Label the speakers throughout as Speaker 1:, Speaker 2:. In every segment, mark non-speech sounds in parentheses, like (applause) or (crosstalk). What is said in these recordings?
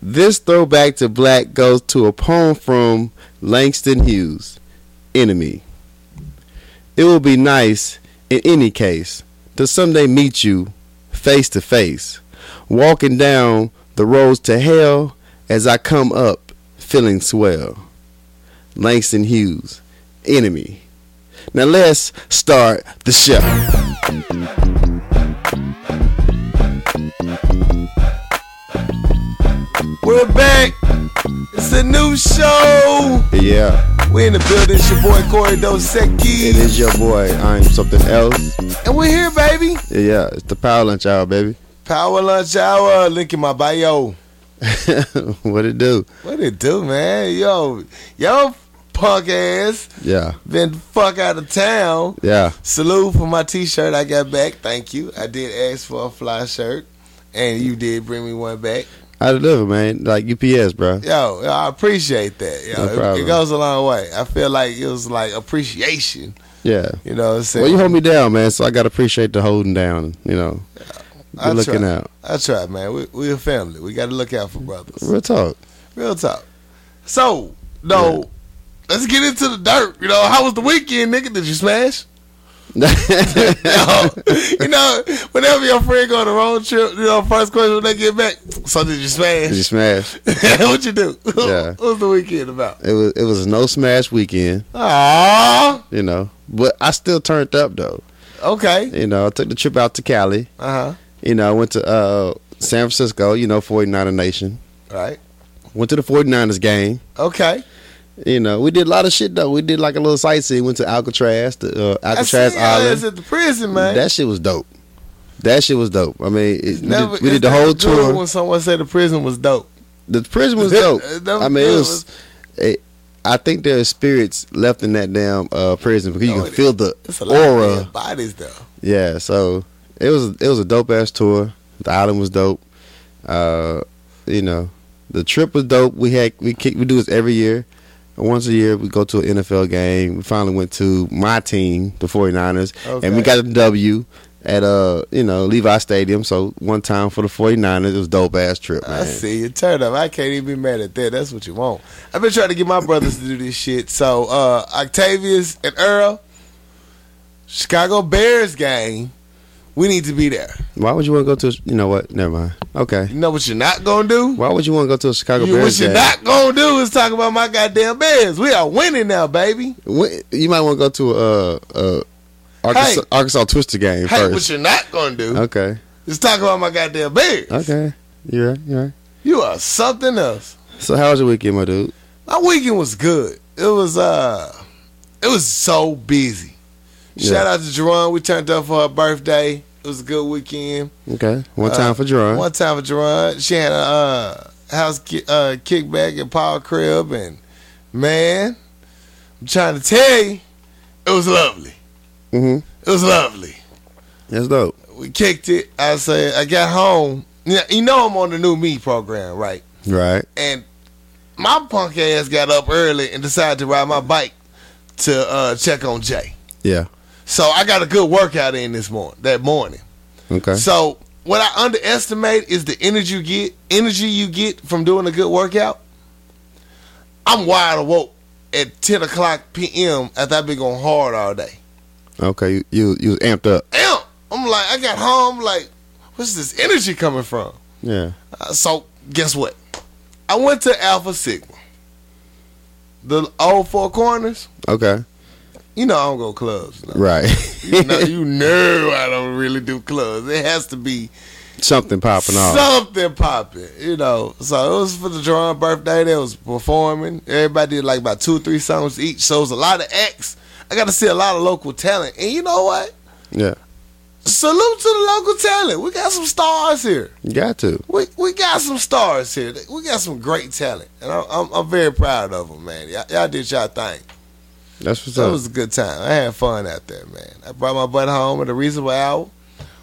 Speaker 1: This throwback to black goes to a poem from Langston Hughes, Enemy. It will be nice, in any case, to someday meet you face to face, walking down the roads to hell as I come up feeling swell. Langston Hughes, Enemy. Now let's start the show.
Speaker 2: We're back. It's a new show.
Speaker 1: Yeah,
Speaker 2: We're in the building. It's your boy Corey
Speaker 1: it
Speaker 2: Dosecki.
Speaker 1: is your boy. I'm something else.
Speaker 2: And we're here, baby.
Speaker 1: Yeah, it's the Power Lunch Hour, baby.
Speaker 2: Power Lunch Hour. Link in my bio.
Speaker 1: (laughs) what it do?
Speaker 2: What it do, man? Yo, yo, punk ass.
Speaker 1: Yeah,
Speaker 2: Been the fuck out of town.
Speaker 1: yeah,
Speaker 2: Salute for my t shirt I got back. Thank you. I did ask for a fly shirt. And you did bring me one back.
Speaker 1: I deliver, man. Like UPS, bro.
Speaker 2: Yo, I appreciate that. Yo,
Speaker 1: No
Speaker 2: it- it,
Speaker 1: problem.
Speaker 2: goes a long way. I feel like it was like appreciation.
Speaker 1: Yeah.
Speaker 2: You know what I'm saying?
Speaker 1: Well, you hold me down, man. So I gotta appreciate the holding down. You know,
Speaker 2: I
Speaker 1: good looking
Speaker 2: try.
Speaker 1: out.
Speaker 2: I try, man. We we a family. We got to look out for brothers.
Speaker 1: Real
Speaker 2: (laughs)
Speaker 1: talk. (laughs)
Speaker 2: Real talk. So, no,
Speaker 1: Yeah.
Speaker 2: let's get into the dirt. You know, how was the weekend, nigga? Did
Speaker 1: (laughs)
Speaker 2: you smash? (laughs) No. you know, whenever your friend go on a road trip, you know, first question when they get back, so did you
Speaker 1: Did you
Speaker 2: smash?
Speaker 1: smash?
Speaker 2: (laughs) what you do?
Speaker 1: Yeah.
Speaker 2: what was the weekend about?
Speaker 1: It was it was no smash weekend.
Speaker 2: Ah,
Speaker 1: You know, but I still turned up though.
Speaker 2: okay.
Speaker 1: You know, I took the trip out to Cali.
Speaker 2: Uh
Speaker 1: You know, I went to uh, San Francisco. You know, 49er Nation.
Speaker 2: huh. Right.
Speaker 1: Went to the 49ers game.
Speaker 2: Okay.
Speaker 1: You know, we did a lot of shit though. We did like a little sightseeing. Went to Alcatraz, the uh,
Speaker 2: I
Speaker 1: Alcatraz
Speaker 2: seen y'all is
Speaker 1: Island.
Speaker 2: at the prison, man.
Speaker 1: That shit was dope. That shit was dope. I mean, it, we,
Speaker 2: Never-
Speaker 1: did, we
Speaker 2: it's (laughs)
Speaker 1: did the
Speaker 2: never
Speaker 1: whole
Speaker 2: good
Speaker 1: tour.
Speaker 2: When someone said the prison was dope.
Speaker 1: the prison was dope.
Speaker 2: (laughs) That
Speaker 1: I mean, it
Speaker 2: good.
Speaker 1: was. It, I think there are spirits left in that damn uh, prison because you
Speaker 2: Oh,
Speaker 1: can
Speaker 2: it-
Speaker 1: feel the
Speaker 2: It's a lot of
Speaker 1: aura.
Speaker 2: dead bodies though.
Speaker 1: Yeah, so it was it was a dope ass tour. The island was dope. Uh, you know, the trip was dope. We had we kick, we do this every year. Once a year, we go to an NFL game. We finally went to my team, the 49ers, and
Speaker 2: Okay.
Speaker 1: we got a W at uh you know Levi Stadium. So one time for the 49ers, it was dope ass trip, man.
Speaker 2: I see you turn up. I can't even be mad at that. That's what you want. I've been trying to get my brothers to do this shit. So uh Octavius and Earl, Chicago Bears game. We need to be there.
Speaker 1: Why would you want to go to? a- You know what? Never mind. Okay.
Speaker 2: You know what you're not gonna do?
Speaker 1: Why would you want to go to a Chicago
Speaker 2: You, what
Speaker 1: Bears
Speaker 2: you're
Speaker 1: game?
Speaker 2: not gonna do is talk about my goddamn Bears. We are winning now, baby.
Speaker 1: Wh- you might want to go to a, uh Arkansas,
Speaker 2: Hey.
Speaker 1: Arkansas Twister game
Speaker 2: Hey, what
Speaker 1: first.
Speaker 2: you're not gonna do
Speaker 1: Okay.
Speaker 2: is talk about my goddamn Bears.
Speaker 1: Okay. You're right. You're right.
Speaker 2: You are something else.
Speaker 1: So how was your weekend, my dude?
Speaker 2: My weekend was good. It was uh it was so busy.
Speaker 1: Yeah.
Speaker 2: Shout out to Jerron. We turned up for her birthday. It was a good weekend.
Speaker 1: Okay. One
Speaker 2: Uh,
Speaker 1: time for Jerron.
Speaker 2: One time for Jerron, she had a uh, house ki- uh, kickback at Paul Crib, and man, I'm trying to tell you, it was lovely.
Speaker 1: hmm
Speaker 2: It was lovely.
Speaker 1: That's dope.
Speaker 2: We kicked it. I said I got home. Yeah, you know I'm on the new me program, right?
Speaker 1: Right.
Speaker 2: and my punk ass got up early and decided to ride my bike to uh, check on Jay.
Speaker 1: Yeah.
Speaker 2: So I got a good workout in this morning. That morning.
Speaker 1: Okay.
Speaker 2: So what I underestimate is the energy you get. Energy you get from doing a good workout. I'm wide awoke at 10 o'clock p.m. after I've been going hard all day.
Speaker 1: Okay. You you, you was amped up.
Speaker 2: Damn, I'm like, I got home like, where's this energy coming from?
Speaker 1: Yeah.
Speaker 2: Uh, so guess what? I went to Alpha Sigma, the old Four Corners.
Speaker 1: Okay.
Speaker 2: You know I don't go
Speaker 1: (laughs)
Speaker 2: clubs. no.
Speaker 1: Right.
Speaker 2: You know, you know I don't really do clubs. It has to be
Speaker 1: (laughs) Something popping off.
Speaker 2: something popping, you know. So it was for the drawing birthday. They was performing. Everybody did like about two or three songs each. So it was a lot of acts. I got to see a lot of local talent. And you know what?
Speaker 1: Yeah.
Speaker 2: Salute to the local talent. We got some stars here.
Speaker 1: You got to.
Speaker 2: we we got some stars here. We got some great talent, and I'm I'm, I'm very proud of them, man. Y'all, y'all did y'all thing.
Speaker 1: That's what's
Speaker 2: So it
Speaker 1: up.
Speaker 2: was a good time. I had fun out there, man. I brought my butt home at a reasonable hour.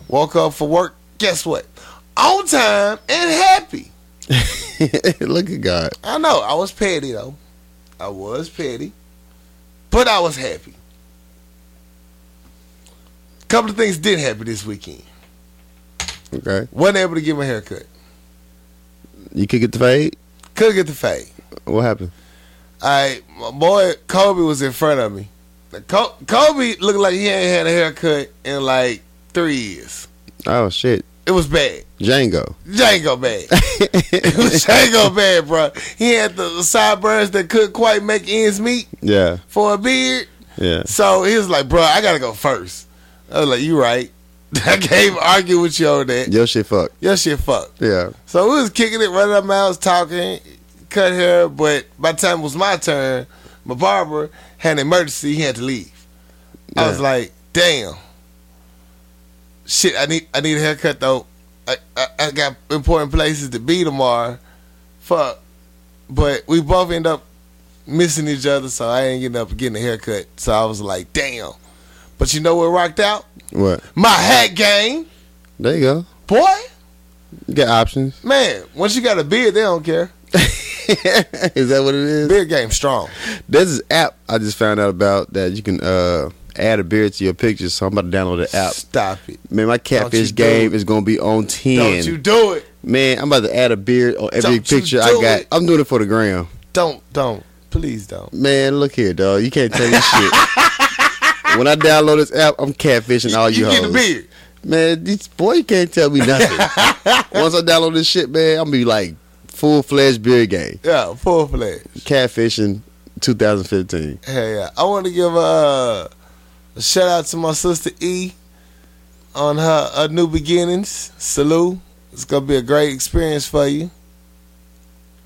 Speaker 2: Woke up for work. Guess what? On time and happy.
Speaker 1: (laughs) Look at God.
Speaker 2: I know I was petty though. I was petty, but I was happy. Couple of things did happen this weekend.
Speaker 1: Okay.
Speaker 2: Wasn't able to get my hair cut.
Speaker 1: You could get the fade.
Speaker 2: Could get the fade.
Speaker 1: What happened?
Speaker 2: I my boy Kobe was in front of me. Now, Ko- Kobe looked like he ain't had a haircut in like three years.
Speaker 1: Oh shit,
Speaker 2: It was bad.
Speaker 1: Django. (laughs)
Speaker 2: Django bad. (laughs) it was Django bad, bro. He had the sideburns that couldn't quite make ends meet
Speaker 1: yeah,
Speaker 2: for a beard.
Speaker 1: yeah.
Speaker 2: So he was like, bro, I gotta go first. I was like, you right. (laughs) I can't argue with you on that.
Speaker 1: Your shit fucked.
Speaker 2: Your shit fucked.
Speaker 1: Yeah,
Speaker 2: So we was kicking it, running our mouths, talking, cut hair. But by the time it was my turn, my barber had an emergency. He had to leave. I
Speaker 1: Yeah.
Speaker 2: was like, damn. Shit, I need I need a haircut though. I, I, I got important places to be tomorrow. Fuck. But we both end up missing each other, so I ain't getting up and getting a haircut. So I was like, damn. But you know what rocked out?
Speaker 1: what?
Speaker 2: My hat game.
Speaker 1: There you go.
Speaker 2: Boy,
Speaker 1: You got options.
Speaker 2: (laughs) man, once you got a beard, they don't care.
Speaker 1: is that what it is?
Speaker 2: Beard game strong.
Speaker 1: There's this app I just found out about that you can uh, add a beard to your pictures. So I'm about to download the app.
Speaker 2: Stop it.
Speaker 1: Man, my
Speaker 2: Don't
Speaker 1: catfish
Speaker 2: you
Speaker 1: game
Speaker 2: do
Speaker 1: is gonna be on
Speaker 2: Don't you
Speaker 1: ten.
Speaker 2: do it.
Speaker 1: Man, I'm about to add a beard on every
Speaker 2: Don't you
Speaker 1: picture I
Speaker 2: do
Speaker 1: got.
Speaker 2: it.
Speaker 1: I'm doing it for the gram.
Speaker 2: Don't, don't. Please don't.
Speaker 1: Man, look here, dog. You can't tell me
Speaker 2: (laughs)
Speaker 1: shit. When I download this app, I'm catfishing all you,
Speaker 2: you get
Speaker 1: hoes.
Speaker 2: the beard.
Speaker 1: Man, this boy you can't tell me
Speaker 2: (laughs)
Speaker 1: nothing. Once I download this shit, man, I'm gonna be like full fledged beard game.
Speaker 2: Yeah, full fledged.
Speaker 1: Catfishing 2015.
Speaker 2: Hell yeah. I want to give uh, a shout out to my sister E on her, her new beginnings. Salute. It's going to be a great experience for you.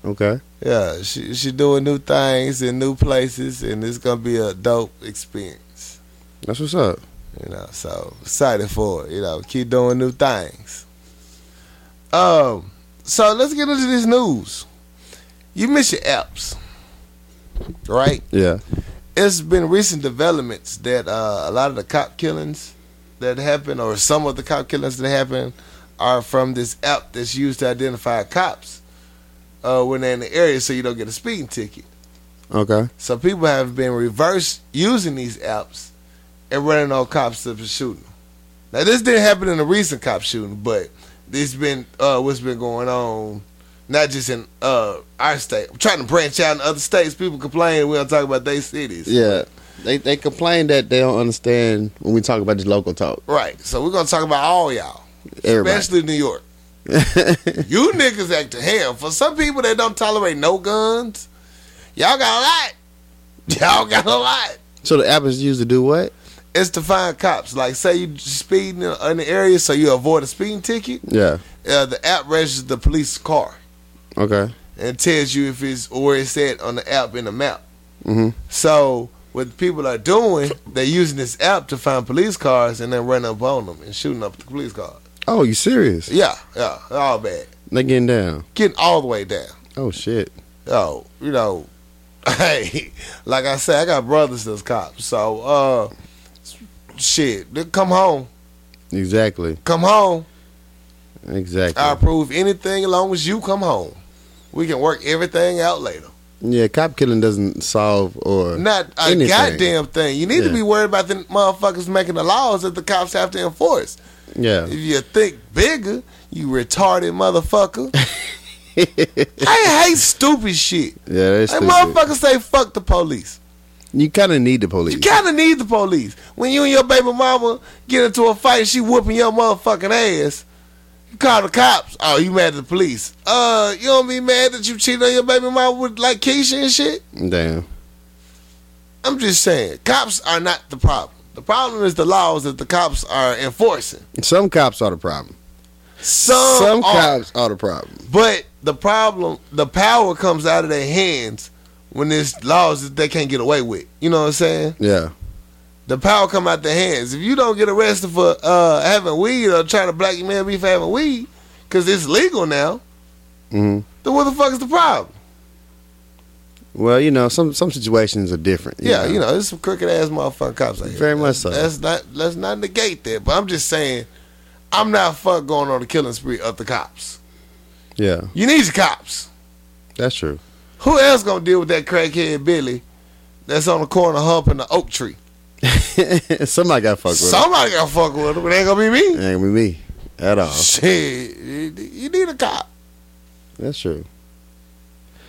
Speaker 1: Okay.
Speaker 2: Yeah, she she doing new things in new places, and it's gonna be a dope experience.
Speaker 1: That's what's up.
Speaker 2: You know, so excited for it. You know, keep doing new things. Um, so let's get into this news. You miss your apps, right?
Speaker 1: Yeah.
Speaker 2: It's been recent developments that uh, a lot of the cop killings that happen, or some of the cop killings that happen, are from this app that's used to identify cops uh, when they're in the area, so you don't get a speeding ticket.
Speaker 1: Okay.
Speaker 2: So people have been reverse using these apps and running on cops that been shooting. Now this didn't happen in a recent cop shooting, but this been uh, what's been going on, not just in uh, our state. I'm trying to branch out in other states. People complain we don't talk about their cities.
Speaker 1: Yeah. They they complain that they don't understand when we talk about this local talk.
Speaker 2: Right. So we're gonna talk about all y'all,
Speaker 1: Everybody.
Speaker 2: especially
Speaker 1: (laughs)
Speaker 2: New York. You niggas act to hell. For some people that don't tolerate no guns, y'all got a lot. (laughs) Y'all got a lot.
Speaker 1: so the app is used to do what?
Speaker 2: It's to find cops. Like, say you speeding in in the area, so you avoid a speeding ticket.
Speaker 1: Yeah.
Speaker 2: Uh, the app registers the police car
Speaker 1: Okay.
Speaker 2: and tells you if it's where it's at on the app in the map.
Speaker 1: hmm
Speaker 2: So, what people are doing, they're using this app to find police cars and then running up on them and shooting up the police car.
Speaker 1: Oh, you serious?
Speaker 2: Yeah, yeah, all bad.
Speaker 1: They getting down.
Speaker 2: Getting all the way down.
Speaker 1: Oh shit.
Speaker 2: Oh, you know, (laughs) hey, like I said, I got brothers that's cops. So, uh, shit, they come home,
Speaker 1: Exactly.
Speaker 2: come home.
Speaker 1: Exactly.
Speaker 2: I approve anything as long as you come home. We can work everything out later.
Speaker 1: yeah, cop killing doesn't solve or
Speaker 2: Not a
Speaker 1: Anything.
Speaker 2: goddamn thing. You need
Speaker 1: Yeah.
Speaker 2: to be worried about the motherfuckers making the laws that the cops have to enforce.
Speaker 1: yeah.
Speaker 2: If you think bigger, you retarded
Speaker 1: (laughs)
Speaker 2: motherfucker. I hate stupid shit.
Speaker 1: Yeah, that's
Speaker 2: Like
Speaker 1: stupid.
Speaker 2: motherfuckers say fuck the police.
Speaker 1: You kind of need the police.
Speaker 2: You kinda need the police. When you and your baby mama get into a fight, she whooping your motherfucking ass. You call the cops. Oh, you mad at the police? Uh, you don't be mad that you cheated on your baby mama with like Keisha and shit.
Speaker 1: Damn.
Speaker 2: I'm just saying, cops are not the problem. The problem is the laws that the cops are enforcing.
Speaker 1: Some cops are the problem.
Speaker 2: Some,
Speaker 1: Some
Speaker 2: are,
Speaker 1: cops are the problem.
Speaker 2: but the problem, the power comes out of their hands when there's laws that they can't get away with. You know what I'm saying?
Speaker 1: Yeah.
Speaker 2: the power come out their hands. If you don't get arrested for uh, having weed or trying to blackmail me for having weed, because it's legal now,
Speaker 1: hmm
Speaker 2: then what the fuck is the problem?
Speaker 1: Well, you know, some some situations are different.
Speaker 2: Yeah, you know, there's some crooked ass motherfucking cops out here.
Speaker 1: Very much so.
Speaker 2: Let's not let's not negate that. But I'm just saying, I'm not fuck going on the killing spree of the cops.
Speaker 1: Yeah,
Speaker 2: You need your cops.
Speaker 1: that's true. (laughs)
Speaker 2: Who else gonna deal with that crackhead Billy that's on the corner humping the oak tree?
Speaker 1: Somebody got fucked with. Some-
Speaker 2: Somebody gotta fuck with him, but it ain't gonna be me.
Speaker 1: ain't gonna be me at all.
Speaker 2: Shit, you you need a cop.
Speaker 1: That's true.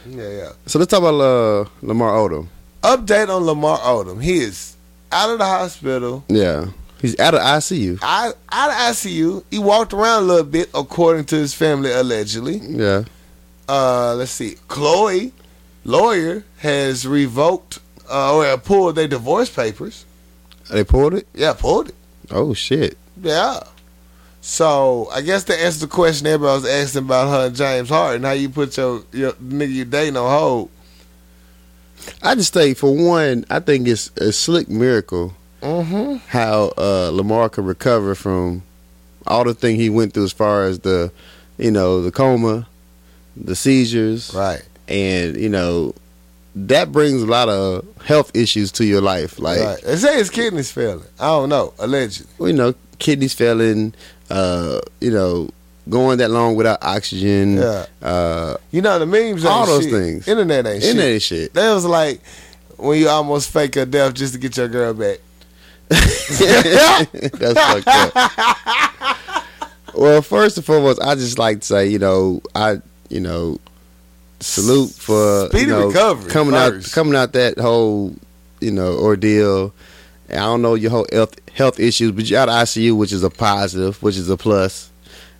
Speaker 2: Yeah, yeah.
Speaker 1: So let's talk about uh, Lamar Odom.
Speaker 2: Update on Lamar Odom. He is out of the hospital.
Speaker 1: Yeah, he's out of ICU.
Speaker 2: I out of ICU. He walked around a little bit, according to his family, allegedly.
Speaker 1: Yeah,
Speaker 2: uh, let's see, Chloe, lawyer, has revoked uh, or pulled their divorce papers.
Speaker 1: they pulled it.
Speaker 2: Yeah, pulled it.
Speaker 1: Oh shit.
Speaker 2: Yeah. So I guess to answer the question everybody was asking about her and James Harden, how you put your, your nigga you dating on hold.
Speaker 1: I just think for one, I think it's a slick miracle
Speaker 2: Mm-hmm.
Speaker 1: how uh, Lamar could recover from all the thing he went through as far as the, you know, the coma, the seizures,
Speaker 2: Right.
Speaker 1: and you know, that brings a lot of health issues to your life, like
Speaker 2: right. They say his kidneys failing. I don't know. Allegedly.
Speaker 1: you know, kidneys failing, uh, you know, going that long without oxygen,
Speaker 2: Yeah.
Speaker 1: uh,
Speaker 2: You know the memes.
Speaker 1: All
Speaker 2: ain't
Speaker 1: those
Speaker 2: shit.
Speaker 1: things.
Speaker 2: Internet
Speaker 1: and
Speaker 2: ain't shit.
Speaker 1: that shit. (laughs)
Speaker 2: That was like when you almost fake a death just to get your girl back.
Speaker 1: That's fucked up.
Speaker 2: (laughs)
Speaker 1: well, first and foremost, I just like to say, you know, I, you know, salute for
Speaker 2: Speedy
Speaker 1: you know,
Speaker 2: recovery
Speaker 1: coming
Speaker 2: first.
Speaker 1: out, coming out that whole, you know, ordeal. And I don't know your whole health health issues, but you're out of ICU, which is a positive, which is a plus,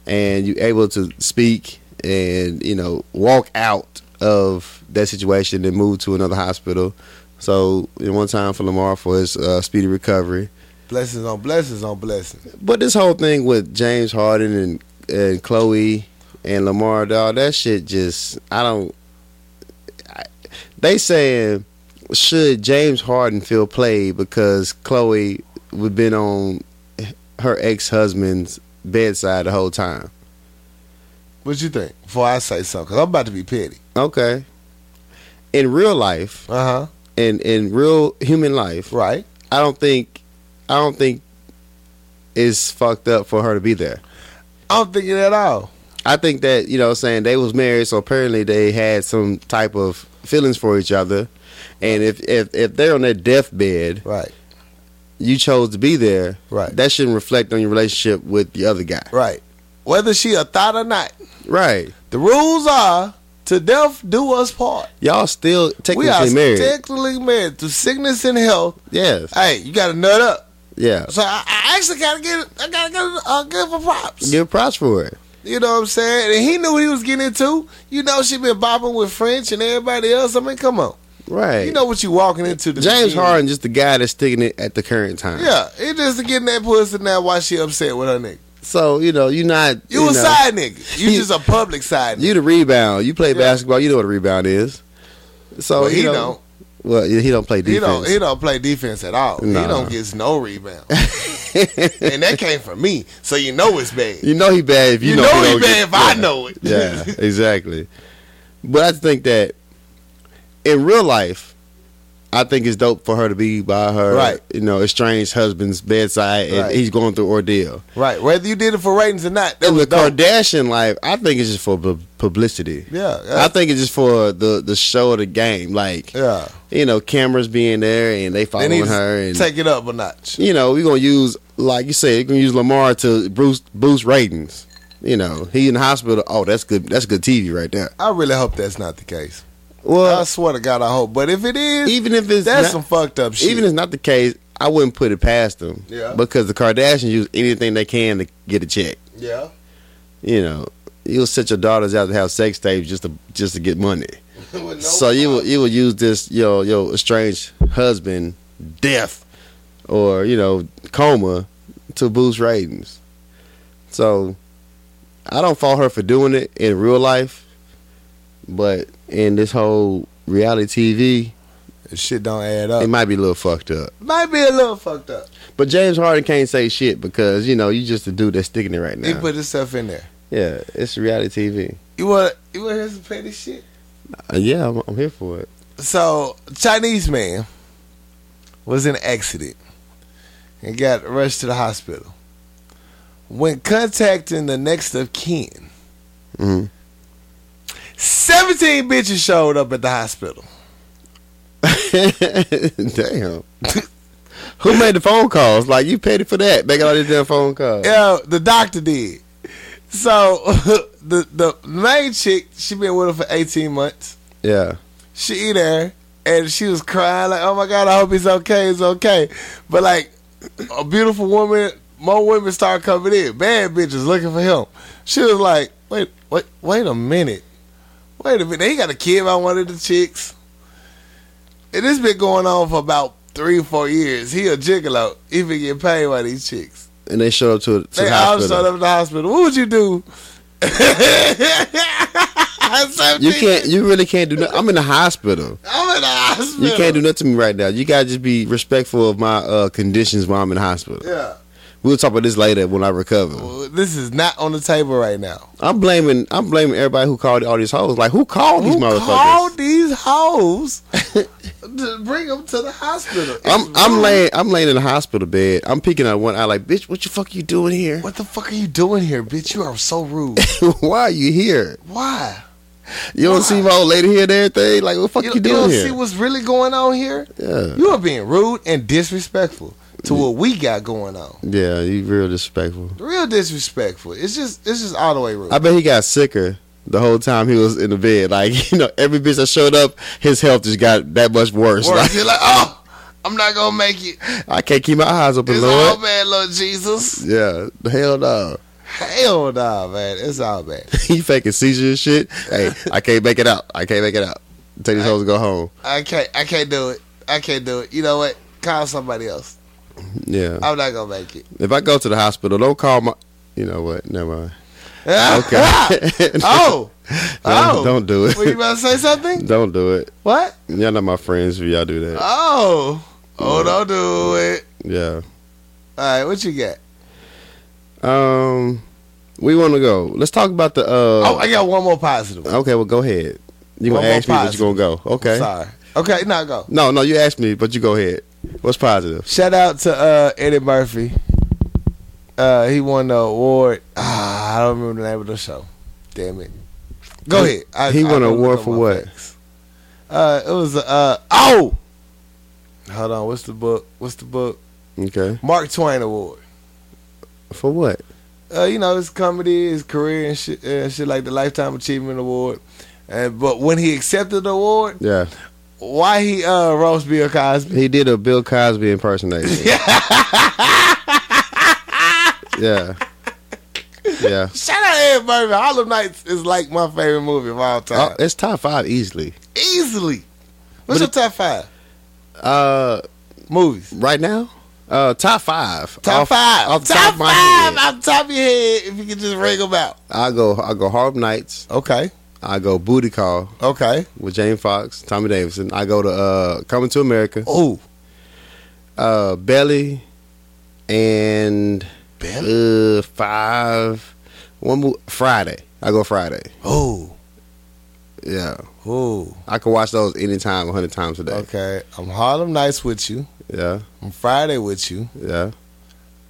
Speaker 1: and you're able to speak and you know walk out of that situation and move to another hospital. So, you know, one time for Lamar for his uh, speedy recovery.
Speaker 2: Blessings on blessings on blessings.
Speaker 1: But this whole thing with James Harden and and Chloe and Lamar, dog, that shit just I don't. I, they saying should James Harden feel played because Chloe would been on her ex husband's bedside the whole time.
Speaker 2: What you think? Before I say something, because I'm about to be petty.
Speaker 1: Okay. In real life,
Speaker 2: Uh huh.
Speaker 1: in in real human life,
Speaker 2: Right.
Speaker 1: I don't think I don't think it's fucked up for her to be there.
Speaker 2: I don't think it at all.
Speaker 1: I think that you know, what I'm saying they was married, so apparently they had some type of feelings for each other. And if if if they're on their deathbed,
Speaker 2: Right.
Speaker 1: you chose to be there.
Speaker 2: Right.
Speaker 1: That shouldn't reflect on your relationship with the other guy.
Speaker 2: Right. Whether she a thought or not,
Speaker 1: Right.
Speaker 2: the rules are to death do us part.
Speaker 1: Y'all still
Speaker 2: We are
Speaker 1: technically married.
Speaker 2: technically married through sickness and health.
Speaker 1: yes.
Speaker 2: Hey, you got to nut up.
Speaker 1: Yeah.
Speaker 2: So I, I actually gotta get, I gotta get, uh, give her props.
Speaker 1: Give props for it.
Speaker 2: You know what I'm saying? And he knew what he was getting into. You know she been bopping with French and everybody else. I mean, come on.
Speaker 1: Right.
Speaker 2: You know what you walking into. The
Speaker 1: James
Speaker 2: beginning.
Speaker 1: Harden just the guy that's sticking it at the current time.
Speaker 2: Yeah, it just getting that pussy now. Why she upset with her nigga?
Speaker 1: So you know you're not you
Speaker 2: You, a
Speaker 1: know,
Speaker 2: side nigga. You just a public side. Nigga.
Speaker 1: You the rebound. You play
Speaker 2: Yeah.
Speaker 1: basketball. You know what a rebound is. So
Speaker 2: But he
Speaker 1: you know-
Speaker 2: don't.
Speaker 1: Well, yeah, he don't play defense.
Speaker 2: He don't. He don't play defense at all. He
Speaker 1: Nah.
Speaker 2: don't get
Speaker 1: (laughs)
Speaker 2: no rebound, and that came from me. So you know it's bad. You,
Speaker 1: You know he bad if you,
Speaker 2: know,
Speaker 1: he
Speaker 2: it's
Speaker 1: don't
Speaker 2: bad
Speaker 1: get-
Speaker 2: if I
Speaker 1: yeah.
Speaker 2: know it.
Speaker 1: Yeah, exactly. But I think that in real life, I think it's dope for her to be by her,
Speaker 2: Right.
Speaker 1: you know, estranged husband's bedside, and
Speaker 2: Right.
Speaker 1: he's going through ordeal.
Speaker 2: (laughs) right. Whether you did it for ratings or not, that
Speaker 1: In
Speaker 2: was
Speaker 1: the
Speaker 2: dope.
Speaker 1: Kardashian life, I think it's just for bu- publicity.
Speaker 2: Yeah.
Speaker 1: I think it's just for the the show of the game, like
Speaker 2: yeah.
Speaker 1: you know, cameras being there and they
Speaker 2: They
Speaker 1: following
Speaker 2: need to
Speaker 1: her, and
Speaker 2: take it up a notch.
Speaker 1: you know, we're gonna use like you said, you're gonna use Lamar to boost boost ratings. You know, he in the hospital. Oh, that's good. That's good TV right there.
Speaker 2: I really hope that's not the case.
Speaker 1: Well,
Speaker 2: I swear to God, I hope. But if it is,
Speaker 1: even if it's not,
Speaker 2: that's some fucked up shit.
Speaker 1: even if it's not the case, I wouldn't put it past them.
Speaker 2: Yeah.
Speaker 1: Because the Kardashians use anything they can to get a check.
Speaker 2: yeah.
Speaker 1: You know, you'll set your daughters out to have sex tapes just to just to get money. so you will you will use this your your estranged husband death or you know coma to boost ratings. So I don't fault her for doing it in real life, but in this whole reality
Speaker 2: shit don't add
Speaker 1: TV, it
Speaker 2: up.
Speaker 1: might be a little fucked up.
Speaker 2: Might be a little fucked up.
Speaker 1: But James Harden can't say shit because you know you just a dude that's sticking it right
Speaker 2: He
Speaker 1: now.
Speaker 2: put himself in there.
Speaker 1: yeah, it's reality TV.
Speaker 2: You want you want to hear some petty shit?
Speaker 1: Uh, yeah, I'm, I'm here for it.
Speaker 2: So Chinese man was in an accident and got rushed to the hospital. When contacting the next of kin, Mm-hmm.
Speaker 1: Mhm.
Speaker 2: seventeen bitches showed up at the hospital.
Speaker 1: (laughs) Damn. (laughs) Who made the phone calls? Like you paid for that, making all these damn phone calls.
Speaker 2: Yeah, the doctor did. So (laughs) the the main chick, she been with her for eighteen months.
Speaker 1: Yeah.
Speaker 2: She in there and she was crying like, "Oh my god, I hope he's okay. It's okay." But like, a beautiful woman, more women start coming in. Bad bitches looking for him. She was like, "Wait, wait, wait a minute, wait a minute." He got a kid by one of the chicks, and it's been going on for about three, four years. He a gigolo. He been getting paid by these chicks.
Speaker 1: And they showed up to, to
Speaker 2: They
Speaker 1: the
Speaker 2: all
Speaker 1: hospital.
Speaker 2: showed up at the hospital. What would you do? (laughs)
Speaker 1: You can't. You really can't do. No, I'm in the hospital.
Speaker 2: I'm in the hospital.
Speaker 1: You can't do nothing to me right now. You gotta just be respectful of my uh, conditions while I'm in the hospital.
Speaker 2: Yeah.
Speaker 1: We'll talk about this later when I recover.
Speaker 2: Well, This is not on the table right now.
Speaker 1: I'm blaming. I'm blaming everybody who called all these hoes. Like who called these
Speaker 2: Who
Speaker 1: motherfuckers?
Speaker 2: called
Speaker 1: (laughs)
Speaker 2: these hoes to bring them to the hospital?
Speaker 1: I'm
Speaker 2: It's
Speaker 1: I'm
Speaker 2: rude.
Speaker 1: laying I'm laying in the hospital bed. I'm peeking out one eye like, bitch, what the fuck you doing here? (laughs)
Speaker 2: What the fuck are you doing here, bitch? You are so rude.
Speaker 1: Why are you here?
Speaker 2: Why?
Speaker 1: You don't see my old lady here and everything? Like what the fuck you, doing
Speaker 2: don't
Speaker 1: here?
Speaker 2: see what's really going on here?
Speaker 1: yeah.
Speaker 2: You are being rude and disrespectful to what we got going on.
Speaker 1: yeah, you real disrespectful.
Speaker 2: Real disrespectful. It's just it's just all the way rude.
Speaker 1: I bet he got sicker the whole time he was in the bed. Like, (laughs) you know, every bitch that showed up, his health just got that much worse.
Speaker 2: Or
Speaker 1: Like,
Speaker 2: you're like, oh, I'm not gonna make it.
Speaker 1: I can't keep my eyes open,
Speaker 2: It's all
Speaker 1: Lord.
Speaker 2: bad, little Jesus.
Speaker 1: (laughs) Yeah, hell no. (laughs)
Speaker 2: Hell nah, man. It's all bad.
Speaker 1: he faking seizure and shit. Hey, I can't make it out. I can't make it out. Take these hoes and go home.
Speaker 2: I can't. I can't do it. I can't do it. You know what? Call somebody else.
Speaker 1: Yeah.
Speaker 2: I'm not gonna make it. (laughs)
Speaker 1: If I go to the hospital, don't call my. You know what? Never
Speaker 2: (laughs)
Speaker 1: mind. Okay. (laughs)
Speaker 2: oh. Ah! oh.
Speaker 1: Don't- don't do it.
Speaker 2: Were you about to say
Speaker 1: (laughs)
Speaker 2: something?
Speaker 1: Don't do it.
Speaker 2: What?
Speaker 1: Y'all not my friends if y'all do that.
Speaker 2: Oh. Oh, don't do it.
Speaker 1: yeah.
Speaker 2: All right. What you got?
Speaker 1: Um, we want to go. Let's talk about the.
Speaker 2: Oh,
Speaker 1: Uh,
Speaker 2: I got one more positive.
Speaker 1: okay, well, go ahead. You
Speaker 2: One
Speaker 1: gonna
Speaker 2: more
Speaker 1: ask me, but you gonna
Speaker 2: positive.
Speaker 1: go. Okay.
Speaker 2: Sorry. Okay. Now go.
Speaker 1: No, no, you asked me, but you go ahead. What's positive?
Speaker 2: Shout out to uh, Eddie Murphy. Uh, he won the award. Ah, I don't remember the name of the show. Damn it. Go
Speaker 1: He-
Speaker 2: ahead. I,
Speaker 1: he
Speaker 2: I
Speaker 1: won an
Speaker 2: don't
Speaker 1: award
Speaker 2: look
Speaker 1: for
Speaker 2: up my
Speaker 1: what?
Speaker 2: facts. Uh, it was uh oh. Hold on. What's the book? What's the book?
Speaker 1: Okay.
Speaker 2: Mark Twain Award.
Speaker 1: For what?
Speaker 2: Uh, you know his comedy, his career, and shit, and shit like the Lifetime Achievement Award. And but when he accepted the award,
Speaker 1: Yeah,
Speaker 2: why he uh roast Bill Cosby? (laughs)
Speaker 1: he did a Bill Cosby impersonation. yeah. Yeah.
Speaker 2: Shout out to Eddie Murphy. Harlem Nights is like my favorite movie of all time.
Speaker 1: Oh, it's top five easily.
Speaker 2: Easily. What's
Speaker 1: But
Speaker 2: your top five
Speaker 1: Uh,
Speaker 2: movies?
Speaker 1: right now, uh, top five.
Speaker 2: Top
Speaker 1: Off-
Speaker 2: five.
Speaker 1: off the
Speaker 2: top
Speaker 1: top of my
Speaker 2: five
Speaker 1: head.
Speaker 2: off the top of your head if you could just ring them out.
Speaker 1: I go. I go. Harlem Nights.
Speaker 2: Okay.
Speaker 1: I go. Booty Call
Speaker 2: Okay.
Speaker 1: with Jane Fox, Tommy Davidson. I go to uh, Coming to America.
Speaker 2: Oh.
Speaker 1: Uh, Belly, and uh, five. One mo- Friday. I go Friday.
Speaker 2: Oh.
Speaker 1: Yeah,
Speaker 2: Oh.
Speaker 1: I can watch those anytime, hundred times a day.
Speaker 2: Okay. I'm Harlem Nights with you.
Speaker 1: Yeah,
Speaker 2: I'm Friday with you.
Speaker 1: yeah.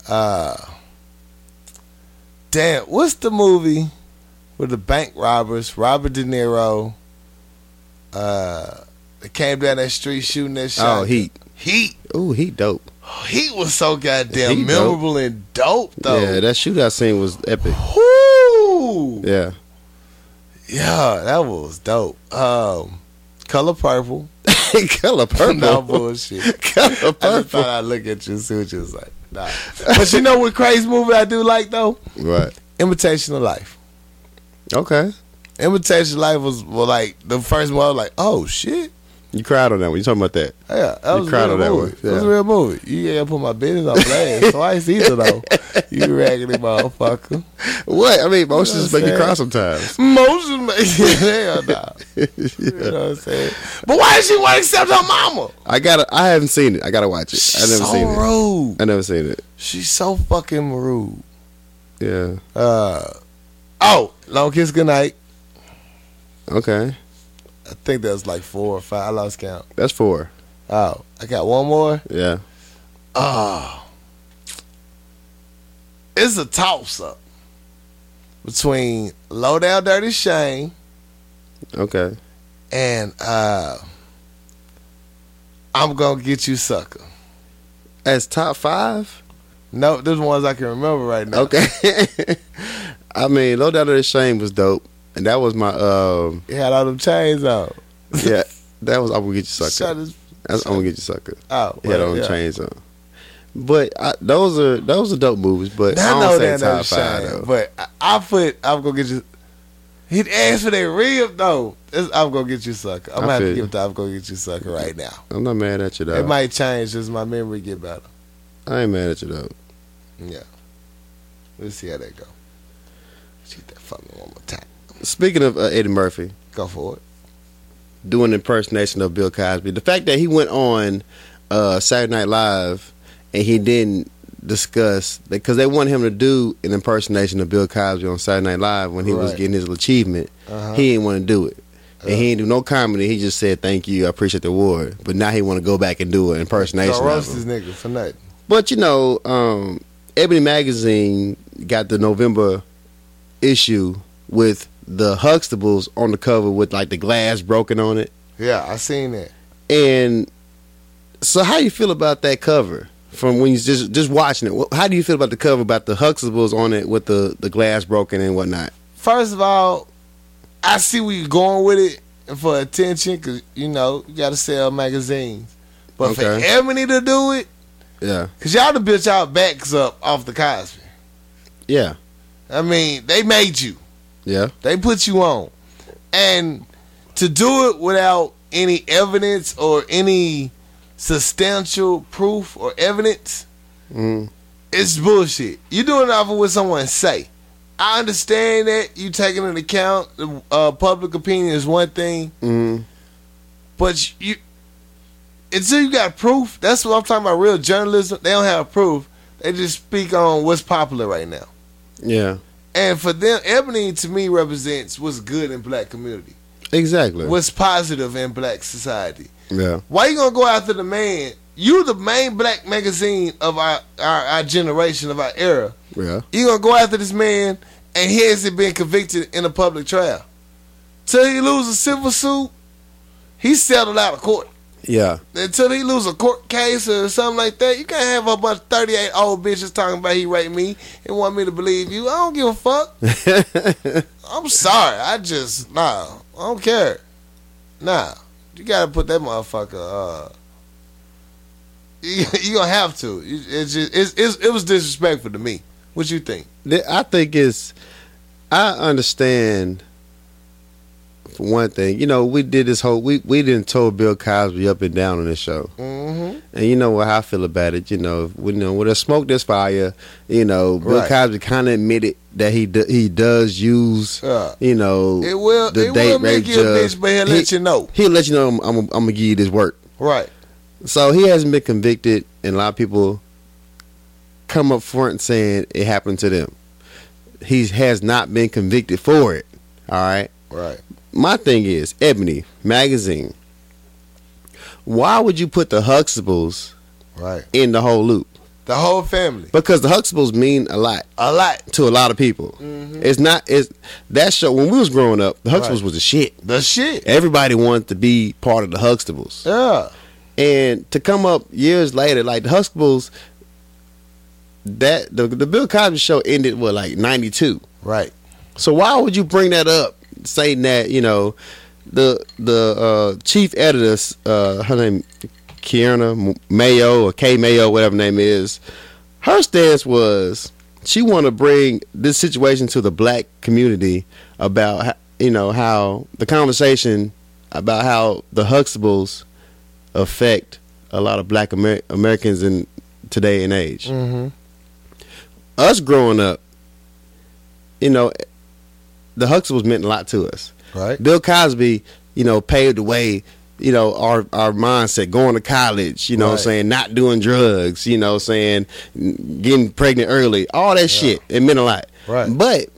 Speaker 2: Uh Damn, what's the movie with the bank robbers, Robert De Niro, uh they came down that street shooting that shot?
Speaker 1: Oh, Heat.
Speaker 2: Heat.
Speaker 1: Ooh, Heat dope.
Speaker 2: He was so goddamn
Speaker 1: He dope.
Speaker 2: memorable and dope though.
Speaker 1: Yeah, that shootout scene was epic.
Speaker 2: Whoo!
Speaker 1: Yeah. (laughs)
Speaker 2: Yeah, that was dope. Um, color purple.
Speaker 1: Color
Speaker 2: (laughs)
Speaker 1: purple.
Speaker 2: no
Speaker 1: (laughs)
Speaker 2: bullshit.
Speaker 1: Color
Speaker 2: I just
Speaker 1: purple.
Speaker 2: thought I'd look at you and see what you was like.
Speaker 1: (laughs)
Speaker 2: Nah. But you know what crazy movie I do like though?
Speaker 1: Right.
Speaker 2: Imitation of Life.
Speaker 1: Okay.
Speaker 2: Imitation of Life was well, like the first one. I was like, oh shit.
Speaker 1: You cried on that one. You talking about that?
Speaker 2: Yeah, that
Speaker 1: You
Speaker 2: was
Speaker 1: cried
Speaker 2: a real
Speaker 1: on that
Speaker 2: movie.
Speaker 1: one,
Speaker 2: That was a
Speaker 1: yeah.
Speaker 2: real movie. You ain't put my business on
Speaker 1: (laughs)
Speaker 2: blast twice either though. You raggedy motherfucker.
Speaker 1: What? I mean, emotions
Speaker 2: You know
Speaker 1: make you
Speaker 2: what
Speaker 1: cry
Speaker 2: I'm
Speaker 1: sometimes.
Speaker 2: Motion (laughs) hell nah.
Speaker 1: (laughs)
Speaker 2: You know what I'm saying? But why does she want to accept her mama?
Speaker 1: I gotta. I haven't seen it. I gotta watch it. I
Speaker 2: She's
Speaker 1: never
Speaker 2: so
Speaker 1: seen it.
Speaker 2: rude.
Speaker 1: I never seen it.
Speaker 2: She's so fucking rude.
Speaker 1: Yeah.
Speaker 2: Uh oh, long kiss goodnight.
Speaker 1: Okay.
Speaker 2: I think that was like four or five. I lost count.
Speaker 1: That's four.
Speaker 2: Oh, I got one more.
Speaker 1: Yeah.
Speaker 2: Oh, it's a toss up between low down dirty Shane
Speaker 1: Okay.
Speaker 2: and uh, I'm gonna get you sucker.
Speaker 1: As top five.
Speaker 2: No, those are the ones I can remember right now.
Speaker 1: Okay. (laughs) I mean, Low Down to the Shame was dope, and that was my um
Speaker 2: He had all them chains on. (laughs)
Speaker 1: yeah that was I'm gonna get you sucker.
Speaker 2: Shut his
Speaker 1: That's I'm gonna get you sucker.
Speaker 2: oh,
Speaker 1: Yeah, don't
Speaker 2: yeah.
Speaker 1: change them. But I, those are those are dope movies. But I
Speaker 2: Now I
Speaker 1: don't
Speaker 2: know
Speaker 1: say
Speaker 2: that
Speaker 1: top
Speaker 2: top
Speaker 1: five
Speaker 2: shine,
Speaker 1: though.
Speaker 2: but I, I put I'm gonna get you. He'd ask for that rib though. It's, I'm gonna get you sucker. I'm
Speaker 1: I
Speaker 2: gonna have
Speaker 1: feel
Speaker 2: to
Speaker 1: you.
Speaker 2: give it to I'm gonna get you sucker right now.
Speaker 1: I'm not mad at you though.
Speaker 2: It might change as my memory get better.
Speaker 1: I ain't mad at you though.
Speaker 2: Yeah, we'll see how that go. Shoot that fucking one more time.
Speaker 1: Speaking of uh, Eddie Murphy
Speaker 2: Go for it.
Speaker 1: doing an impersonation of Bill Cosby, the fact that he went on uh, Saturday Night Live and he didn't discuss because they wanted him to do an impersonation of Bill Cosby on Saturday Night Live when he was
Speaker 2: Right.
Speaker 1: getting his achievement,
Speaker 2: Uh-huh.
Speaker 1: he didn't want to do it. And he didn't do no comedy. He just said, "Thank you, I appreciate the award." But now he want to go back and do an impersonation.
Speaker 2: Go
Speaker 1: of
Speaker 2: roast
Speaker 1: him.
Speaker 2: this nigga for nothing.
Speaker 1: But you know, um, Ebony Magazine got the November issue with the Huxtables on the cover with like the glass broken on it.
Speaker 2: Yeah, I seen that.
Speaker 1: And so, how you feel about that cover? From when you just just watching it, Wh- how do you feel about the cover about the Huxtables on it with the, the glass broken and whatnot?
Speaker 2: First of all, I see where you're going with it and for attention because you know you got to sell magazines. But
Speaker 1: Okay.
Speaker 2: for Ebony to do it,
Speaker 1: Yeah,
Speaker 2: Cause y'all the bitch y'all backs up off the Cosby.
Speaker 1: yeah,
Speaker 2: I mean, they made you.
Speaker 1: yeah,
Speaker 2: They put you on. And to do it without any evidence or any substantial proof or evidence,
Speaker 1: mm,
Speaker 2: it's bullshit. You doing it off of what someone say. I understand that you taking into account uh, public opinion is one thing,
Speaker 1: mm,
Speaker 2: but you until you got proof, that's what I'm talking about. Real journalism, they don't have proof. They just speak on what's popular right now.
Speaker 1: yeah,
Speaker 2: And for them, Ebony to me represents what's good in black community,
Speaker 1: exactly.
Speaker 2: what's positive in black society.
Speaker 1: yeah,
Speaker 2: Why you gonna go after the man? You the main black magazine of our, our, our generation, of our era.
Speaker 1: yeah,
Speaker 2: You gonna go after this man and he hasn't been convicted in a public trial. Till he lose a civil suit, he settled out of court.
Speaker 1: yeah, (laughs)
Speaker 2: Until he lose a court case or something like that, you can't have a bunch of 38 old bitches talking about he raped me and want me to believe you. I don't give a fuck. I'm sorry. I just nah. I don't care. Nah, you gotta put that motherfucker. Uh, (laughs) you, you gonna have to. You- It's just it's, it's it was disrespectful to me. What you think?
Speaker 1: Th- I think it's. I understand. For one thing, you know, we did this whole we we didn't tow Bill Cosby up and down on this show,
Speaker 2: Mm-hmm.
Speaker 1: and you know how I feel about it. You know, when you know, when there's smoke, there's fire. You know, Bill
Speaker 2: Right.
Speaker 1: Cosby kind of admitted that he do, he does use.
Speaker 2: Yeah.
Speaker 1: You know,
Speaker 2: It will.
Speaker 1: The
Speaker 2: it
Speaker 1: date
Speaker 2: will make
Speaker 1: rape
Speaker 2: you a
Speaker 1: judge.
Speaker 2: bitch, but he'll let
Speaker 1: He-
Speaker 2: you know.
Speaker 1: he'll let you know I'm I'm, I'm gonna give you this work.
Speaker 2: Right.
Speaker 1: So he hasn't been convicted, and a lot of people come up front saying it happened to them. He has not been convicted for it. All right.
Speaker 2: Right.
Speaker 1: My thing is Ebony magazine. Why would you put the Huxtables
Speaker 2: Right.
Speaker 1: in the whole loop?
Speaker 2: The whole family.
Speaker 1: Because the Huxtables mean a lot
Speaker 2: A lot. Mm-hmm.
Speaker 1: to a lot of people. It's not it's that show when we was growing up, the Huxtables
Speaker 2: Right.
Speaker 1: was a shit.
Speaker 2: The shit.
Speaker 1: Everybody wanted to be part of the Huxtables.
Speaker 2: Yeah.
Speaker 1: and to come up years later, like the Huxtables, that the the Bill Cosby show ended with like ninety two.
Speaker 2: Right.
Speaker 1: So why would you bring that up, saying that you know the the uh, chief editor, uh, her name Kiana Mayo or K Mayo, whatever her name is, her stance was she want to bring this situation to the black community about ho- you know how the conversation about how the Huxtables affect a lot of black Amer- Americans in today and age
Speaker 2: Mm-hmm.
Speaker 1: us growing up, you know, the Huxtables meant a lot to us.
Speaker 2: Right.
Speaker 1: Bill Cosby, you know, paved the way, you know, our our mindset, going to college, you know what I'm
Speaker 2: Right.
Speaker 1: saying, not doing drugs, you know what I'm saying, n- getting pregnant early, all that shit. It meant a lot.
Speaker 2: Right.
Speaker 1: But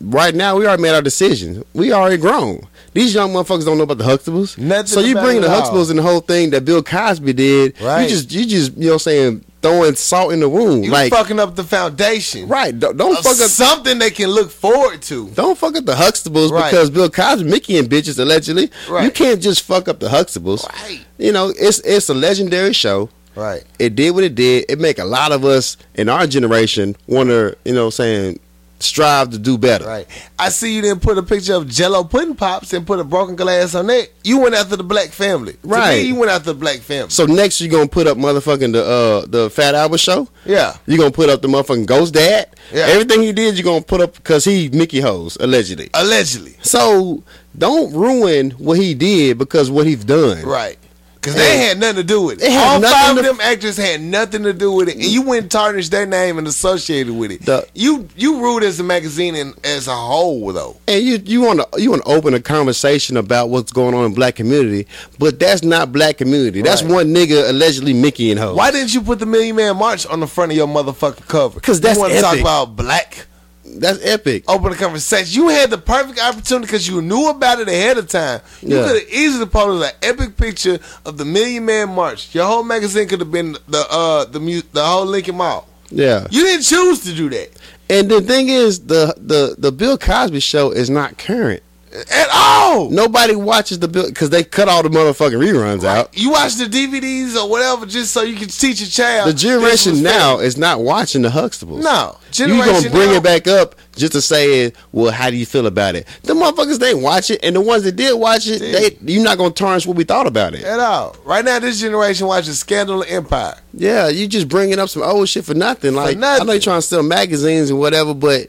Speaker 1: right now we already made our decisions. We already grown. These young motherfuckers don't know about the Huxtables.
Speaker 2: Nothing
Speaker 1: so you
Speaker 2: about
Speaker 1: bring
Speaker 2: it
Speaker 1: the
Speaker 2: at all.
Speaker 1: Huxtables and the whole thing that Bill Cosby did. You
Speaker 2: Right.
Speaker 1: just you just you know what I'm saying throwing salt in the wound.
Speaker 2: You
Speaker 1: like
Speaker 2: fucking up the foundation.
Speaker 1: Right. Don't, don't
Speaker 2: Of
Speaker 1: fuck up.
Speaker 2: something they can look forward to.
Speaker 1: Don't fuck up the Huxtables
Speaker 2: Right.
Speaker 1: because Bill Cosby, Mickey, and bitches allegedly.
Speaker 2: Right.
Speaker 1: You can't just fuck up the Huxtables.
Speaker 2: Right.
Speaker 1: You know, it's it's a legendary show.
Speaker 2: Right.
Speaker 1: It did what it did. It make a lot of us in our generation want to, you know, what I'm saying strive to do better.
Speaker 2: Right. I see you didn't put a picture of Jello pudding pops and put a broken glass on that. You went after the black family. To
Speaker 1: Right.
Speaker 2: me, you went after the black family.
Speaker 1: So next you're gonna put up motherfucking the uh the Fat Albert show.
Speaker 2: Yeah.
Speaker 1: You're gonna put up the motherfucking Ghost Dad.
Speaker 2: Yeah.
Speaker 1: Everything he did, you're gonna put up because he Mickey hoes allegedly.
Speaker 2: Allegedly.
Speaker 1: So don't ruin what he did because what he's done.
Speaker 2: Right. Because they
Speaker 1: Yeah.
Speaker 2: had nothing to do with it.
Speaker 1: It had
Speaker 2: All
Speaker 1: nothing
Speaker 2: five of
Speaker 1: to-
Speaker 2: them actors had nothing to do with it. And you went and tarnished their name and associated with it.
Speaker 1: The-
Speaker 2: you you ruled as a magazine and as a whole, though.
Speaker 1: And you you want to you want to open a conversation about what's going on in black community, but that's not black community. That's
Speaker 2: Right.
Speaker 1: one nigga allegedly Mickey and hoes.
Speaker 2: Why didn't you put the Million Man March on the front of your motherfucking cover?
Speaker 1: 'Cause that's
Speaker 2: you wanna talk
Speaker 1: epic.
Speaker 2: about black.
Speaker 1: That's epic.
Speaker 2: Open a conversation. You had the perfect opportunity because you knew about it ahead of time. You
Speaker 1: Yeah.
Speaker 2: could have easily posted an epic picture of the Million Man March. Your whole magazine could have been the uh the mu- the whole Lincoln Mall.
Speaker 1: Yeah.
Speaker 2: You didn't choose to do that
Speaker 1: And the thing is, the the the Bill Cosby show is not current.
Speaker 2: at all.
Speaker 1: Nobody watches the Bill because they cut all the motherfucking reruns out.
Speaker 2: You watch the DVDs or whatever just so you can teach your child.
Speaker 1: The generation
Speaker 2: this was
Speaker 1: now
Speaker 2: fair.
Speaker 1: is not watching the Huxtables.
Speaker 2: No.
Speaker 1: you gonna
Speaker 2: Generation
Speaker 1: bring
Speaker 2: now-
Speaker 1: it back up just to say, well, how do you feel about it? The motherfuckers they watch it, and the ones that did watch it, they you're not gonna tarnish what we thought about it.
Speaker 2: At all. Right now, this generation watches Scandal and Empire.
Speaker 1: Yeah, you just bringing up some old shit for nothing. Like I know
Speaker 2: nothing.
Speaker 1: you're trying to sell magazines and whatever, but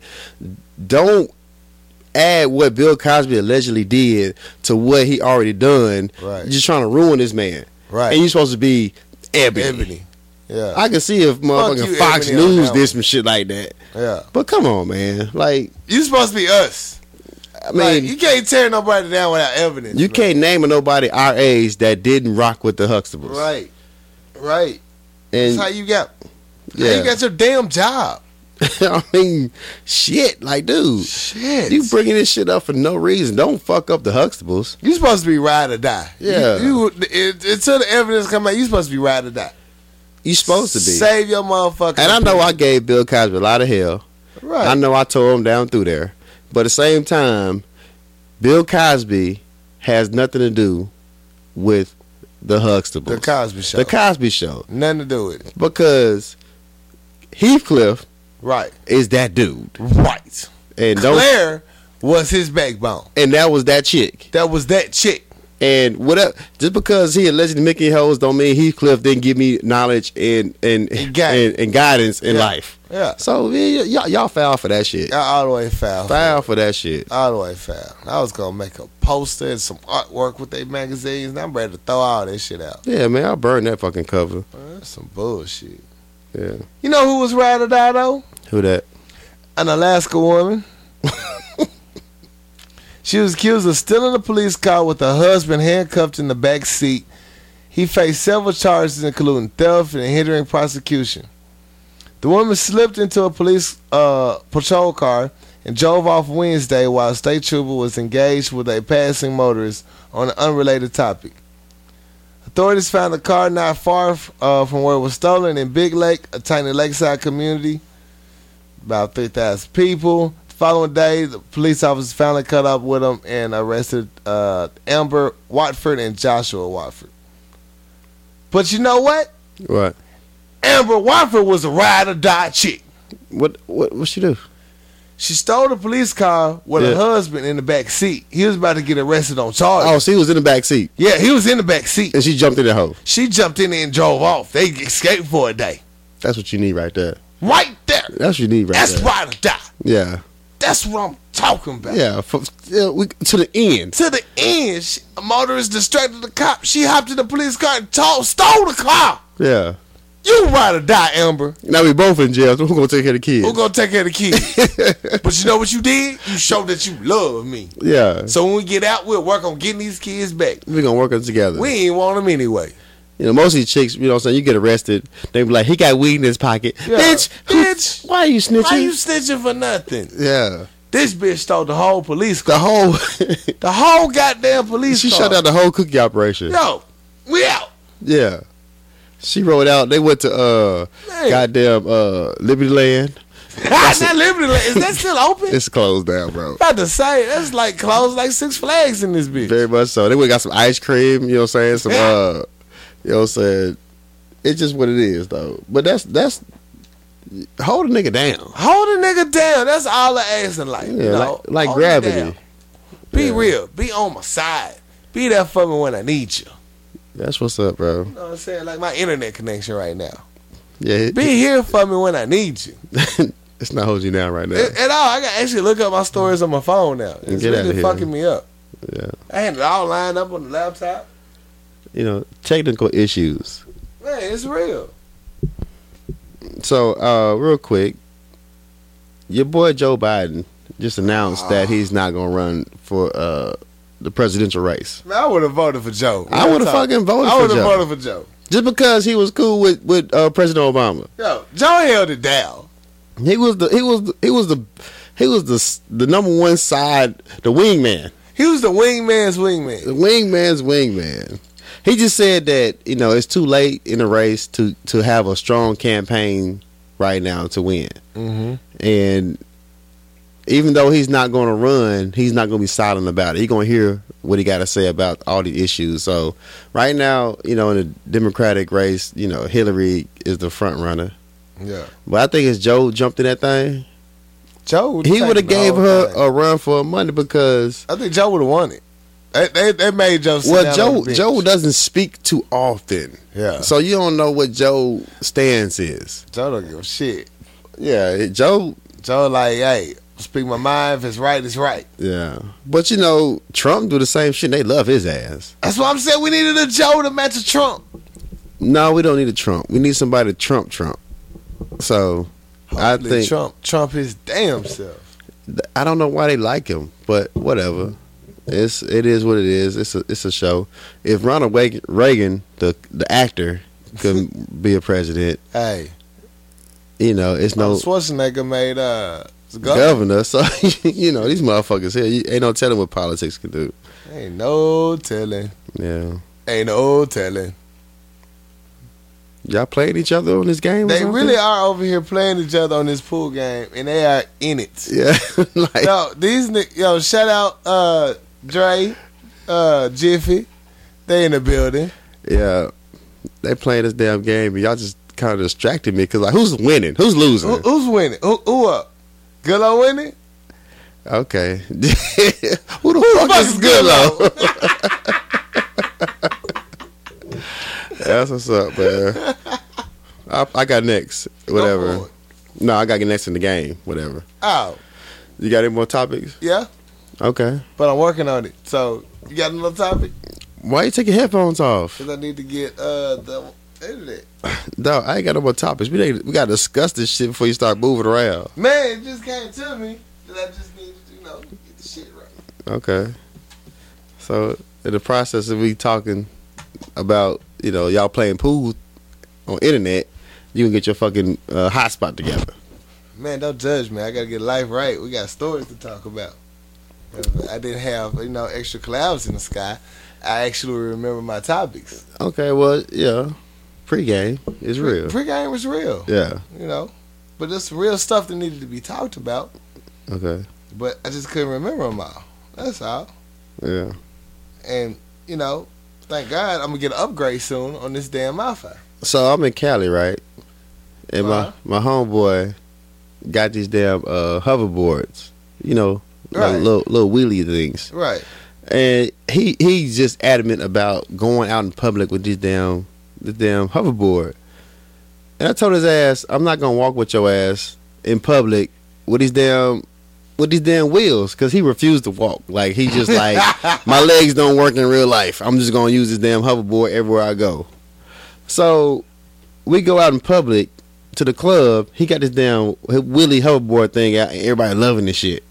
Speaker 1: don't add what Bill Cosby allegedly did to what he already done.
Speaker 2: Right.
Speaker 1: You're just trying to ruin this man.
Speaker 2: Right.
Speaker 1: And you're supposed to be ebony.
Speaker 2: Ebony. Yeah.
Speaker 1: I can see if motherfucking
Speaker 2: you,
Speaker 1: Fox
Speaker 2: Ebony, on
Speaker 1: News
Speaker 2: that one.
Speaker 1: did some shit like that.
Speaker 2: yeah.
Speaker 1: But come on, man. Like
Speaker 2: You supposed to be us.
Speaker 1: I
Speaker 2: Like,
Speaker 1: mean
Speaker 2: you can't tear nobody down without evidence.
Speaker 1: you
Speaker 2: man.
Speaker 1: can't name a nobody our age that didn't rock with the Huxtables.
Speaker 2: Right. Right.
Speaker 1: And
Speaker 2: That's how you got. Yeah.
Speaker 1: yeah.
Speaker 2: you got your damn job.
Speaker 1: (laughs) I mean shit, like dude.
Speaker 2: Shit.
Speaker 1: You
Speaker 2: You,
Speaker 1: bringing this shit up for no reason. Don't fuck up the Huxtables.
Speaker 2: supposed to be ride or die. You-
Speaker 1: Yeah.
Speaker 2: You, it, until the evidence come out, you supposed to be ride or die.
Speaker 1: You supposed to be.
Speaker 2: Save your motherfucker.
Speaker 1: and I know I gave Bill Cosby a lot of hell.
Speaker 2: Right.
Speaker 1: I know I tore him down through there. But at the same time, Bill Cosby has nothing to do with the Huxtables.
Speaker 2: the Cosby Show.
Speaker 1: The Cosby Show.
Speaker 2: Nothing to do with it.
Speaker 1: Because Heathcliff
Speaker 2: Right.
Speaker 1: is that dude.
Speaker 2: Right.
Speaker 1: And don't
Speaker 2: Claire was his backbone.
Speaker 1: and that was that chick.
Speaker 2: That was that chick.
Speaker 1: And whatever just because he allegedly Mickey Hoes don't mean Heathcliff didn't give me knowledge and and
Speaker 2: And
Speaker 1: and,
Speaker 2: guidance.
Speaker 1: and, guidance in
Speaker 2: Yeah.
Speaker 1: life.
Speaker 2: Yeah.
Speaker 1: So yeah, y'all y'all foul for that shit.
Speaker 2: I all the way foul.
Speaker 1: Foul for that shit.
Speaker 2: All the way foul. I was gonna make a poster and some artwork with their magazines, and I'm ready to throw all that shit out.
Speaker 1: Yeah, man, I'll burn that fucking cover.
Speaker 2: That's some bullshit.
Speaker 1: Yeah.
Speaker 2: You know who was ride or die though?
Speaker 1: Who that?
Speaker 2: An Alaska woman. (laughs) she was accused of stealing a police car with her husband handcuffed in the back seat. He faced several charges, including theft and hindering prosecution. The woman slipped into a police uh, patrol car and drove off Wednesday while a state trooper was engaged with a passing motorist on an unrelated topic. Authorities found the car not far uh, from where it was stolen in Big Lake, a tiny lakeside community, about 3,000 people. The following day, the police officers finally caught up with him and arrested uh, Amber Watford and Joshua Watford. But you know what?
Speaker 1: What?
Speaker 2: Amber Watford was a ride or die chick.
Speaker 1: What? What? What she do?
Speaker 2: She stole the police car with her
Speaker 1: Yeah.
Speaker 2: husband in the back seat. He was about to get arrested on charges.
Speaker 1: Oh, she was in the back seat
Speaker 2: Yeah, he was in the back seat.
Speaker 1: and she jumped in the hole.
Speaker 2: She jumped in there and drove off. They escaped for a day.
Speaker 1: That's what you need right there.
Speaker 2: Right there.
Speaker 1: That's what you need right
Speaker 2: That's
Speaker 1: there.
Speaker 2: ride or die.
Speaker 1: Yeah.
Speaker 2: That's what I'm talking about.
Speaker 1: Yeah. From, yeah we, to the end.
Speaker 2: To the end, she, a motorist distracted the cop. She hopped in the police car and told, stole the car.
Speaker 1: Yeah.
Speaker 2: You ride or die, Amber.
Speaker 1: Now we both in jail. So who gonna take care of the kids?
Speaker 2: We're gonna take care of the
Speaker 1: (laughs)
Speaker 2: kids. but you know what you did? You showed that you love me.
Speaker 1: yeah.
Speaker 2: So when we get out, we'll work on getting these kids back.
Speaker 1: we gonna work them together.
Speaker 2: We ain't want them anyway.
Speaker 1: you know, most of these chicks, you know what I'm saying, you get arrested. They be like, he got weed in his pocket.
Speaker 2: Yeah.
Speaker 1: Bitch, who-
Speaker 2: Bitch.
Speaker 1: why are you snitching?
Speaker 2: Why you snitching for nothing?
Speaker 1: (laughs) yeah.
Speaker 2: This bitch stole the whole police car.
Speaker 1: The whole,
Speaker 2: The whole goddamn police
Speaker 1: she
Speaker 2: car.
Speaker 1: shut down the whole cookie operation.
Speaker 2: Yo,
Speaker 1: (laughs)
Speaker 2: we out.
Speaker 1: Yeah. She rode out. They went to uh
Speaker 2: Man.
Speaker 1: goddamn uh Liberty Land.
Speaker 2: That's that Liberty Land. Is that still open?
Speaker 1: (laughs) It's closed down, bro.
Speaker 2: About to say that's like closed like Six Flags in this bitch.
Speaker 1: Very much so. They went and got some ice cream, you know what I'm saying? Some
Speaker 2: Yeah.
Speaker 1: uh you know what I'm saying? It's just what it is though. But that's that's Hold a nigga down.
Speaker 2: Hold a nigga down. That's all I ask in life.
Speaker 1: Yeah,
Speaker 2: you know?
Speaker 1: like, like
Speaker 2: Hold me down.
Speaker 1: gravity.
Speaker 2: Be
Speaker 1: Yeah.
Speaker 2: real. Be on my side. Be there for me when I need you.
Speaker 1: That's what's up, bro.
Speaker 2: You know what I'm saying? Like my internet connection right now.
Speaker 1: Yeah,
Speaker 2: Be here for me when I need you.
Speaker 1: (laughs) it's not holding you down right now.
Speaker 2: At, at all. I gotta actually look up my stories on my phone now. It's
Speaker 1: Get outta
Speaker 2: really
Speaker 1: here.
Speaker 2: fucking me up.
Speaker 1: Yeah,
Speaker 2: I had it all lined up on the laptop.
Speaker 1: you know, technical issues.
Speaker 2: Man, it's real.
Speaker 1: So, uh, real quick, your boy Joe Biden just announced that he's not gonna run for uh the presidential race.
Speaker 2: Man, I would have voted for Joe.
Speaker 1: I would've fucking voted
Speaker 2: I
Speaker 1: for
Speaker 2: would've
Speaker 1: Joe.
Speaker 2: voted for Joe.
Speaker 1: Just because he was cool with with uh, President Obama,
Speaker 2: Yo, Joe held it down.
Speaker 1: he was the he was the, he was the he was the s- the number one side the wingman.
Speaker 2: He was the wingman's
Speaker 1: The
Speaker 2: wingman.
Speaker 1: wingman's wingman. He just said that you know it's too late in the race to to have a strong campaign right now to win.
Speaker 2: Mm-hmm.
Speaker 1: and even though he's not going to run, he's not going to be silent about it. He's going to hear what he got to say about all the issues. So right now, you know, in the Democratic race, you know, Hillary is the front runner.
Speaker 2: Yeah.
Speaker 1: But I think as Joe jumped in that thing,
Speaker 2: Joe would've
Speaker 1: he
Speaker 2: taken
Speaker 1: would have
Speaker 2: the
Speaker 1: gave
Speaker 2: whole
Speaker 1: her
Speaker 2: thing.
Speaker 1: a run for her money because
Speaker 2: I think Joe would have won it. They, they, they made Joe. Sit
Speaker 1: well,
Speaker 2: down
Speaker 1: Joe
Speaker 2: on the bench.
Speaker 1: Joe doesn't speak too often,
Speaker 2: Yeah.
Speaker 1: so you don't know what Joe stance is.
Speaker 2: Joe don't give a shit.
Speaker 1: Yeah, Joe.
Speaker 2: Joe like, hey, speak my mind. If it's right, it's right.
Speaker 1: Yeah, but you know, Trump do the same shit. They love his ass.
Speaker 2: That's why I'm saying we needed a Joe to match a Trump.
Speaker 1: No, we don't need a Trump. We need somebody to Trump Trump. So I
Speaker 2: Hopefully
Speaker 1: think
Speaker 2: Trump, Trump his damn self.
Speaker 1: th- I don't know why they like him, but whatever. It's it is what it is. It's a it's a show. If Ronald Reagan, Reagan the the actor, could be a president,
Speaker 2: Hey,
Speaker 1: you know, it's
Speaker 2: no.
Speaker 1: no
Speaker 2: Schwarzenegger made uh, governor.
Speaker 1: governor. So (laughs) you know these motherfuckers here. You ain't no telling what politics can do.
Speaker 2: Ain't no telling.
Speaker 1: Yeah,
Speaker 2: Ain't no telling.
Speaker 1: y'all playing each other on this game. or
Speaker 2: They
Speaker 1: something?
Speaker 2: really are over here playing each other on this pool game, and they are in it.
Speaker 1: (laughs) Yeah, (laughs) like
Speaker 2: Yo, these ni- yo, shout out uh, Dre, uh, Jiffy. They in the building.
Speaker 1: yeah, they playing this damn game, and y'all just kind of distracted me because like who's winning, who's losing?
Speaker 2: Who, who's winning? Who, who up? Goodlow winning?
Speaker 1: Okay. (laughs) Who the fuck, is Goodlow? (laughs) That's what's up, man. I, I got next.
Speaker 2: Go
Speaker 1: Whatever.
Speaker 2: for it.
Speaker 1: No, I got next in the game. Whatever.
Speaker 2: Oh,
Speaker 1: You got any more topics?
Speaker 2: yeah.
Speaker 1: Okay.
Speaker 2: But I'm working on it. So you got another topic?
Speaker 1: Why you take your headphones off?
Speaker 2: Because I need to get uh the internet.
Speaker 1: No, I ain't got no more topics. We need, we gotta discuss this shit before you start moving around.
Speaker 2: Man, it just came to me that I just need to, you know, get the shit right.
Speaker 1: Okay. So in the process of we talking about you know y'all playing pool on internet, you can get your fucking uh, hotspot together.
Speaker 2: Man, don't judge me. I gotta get life right. We got stories to talk about. Uh, I didn't have, you know, extra clouds in the sky. I actually remember my topics.
Speaker 1: Okay, well, yeah. Pre-game is real.
Speaker 2: Pre-game was real,
Speaker 1: Yeah.
Speaker 2: you know. But there's some real stuff that needed to be talked about,
Speaker 1: Okay.
Speaker 2: but I just couldn't remember them all. That's all.
Speaker 1: Yeah.
Speaker 2: And, you know, thank God I'm gonna get an upgrade soon on this damn Wi-Fi.
Speaker 1: So I'm in Cali, right? And
Speaker 2: Uh-huh.
Speaker 1: my my homeboy got these damn uh, hoverboards. You know, like
Speaker 2: Right.
Speaker 1: little little wheelie things.
Speaker 2: Right.
Speaker 1: And he he's just adamant about going out in public with these damn the damn hoverboard. And I told his ass, I'm not gonna walk with your ass in public with these damn with these damn wheels, cause he refused to walk. Like he just like
Speaker 2: (laughs)
Speaker 1: my legs don't work in real life. I'm just gonna use this damn hoverboard everywhere I go. So we go out in public to the club. He got this damn Willie hoverboard thing out, and everybody loving this shit.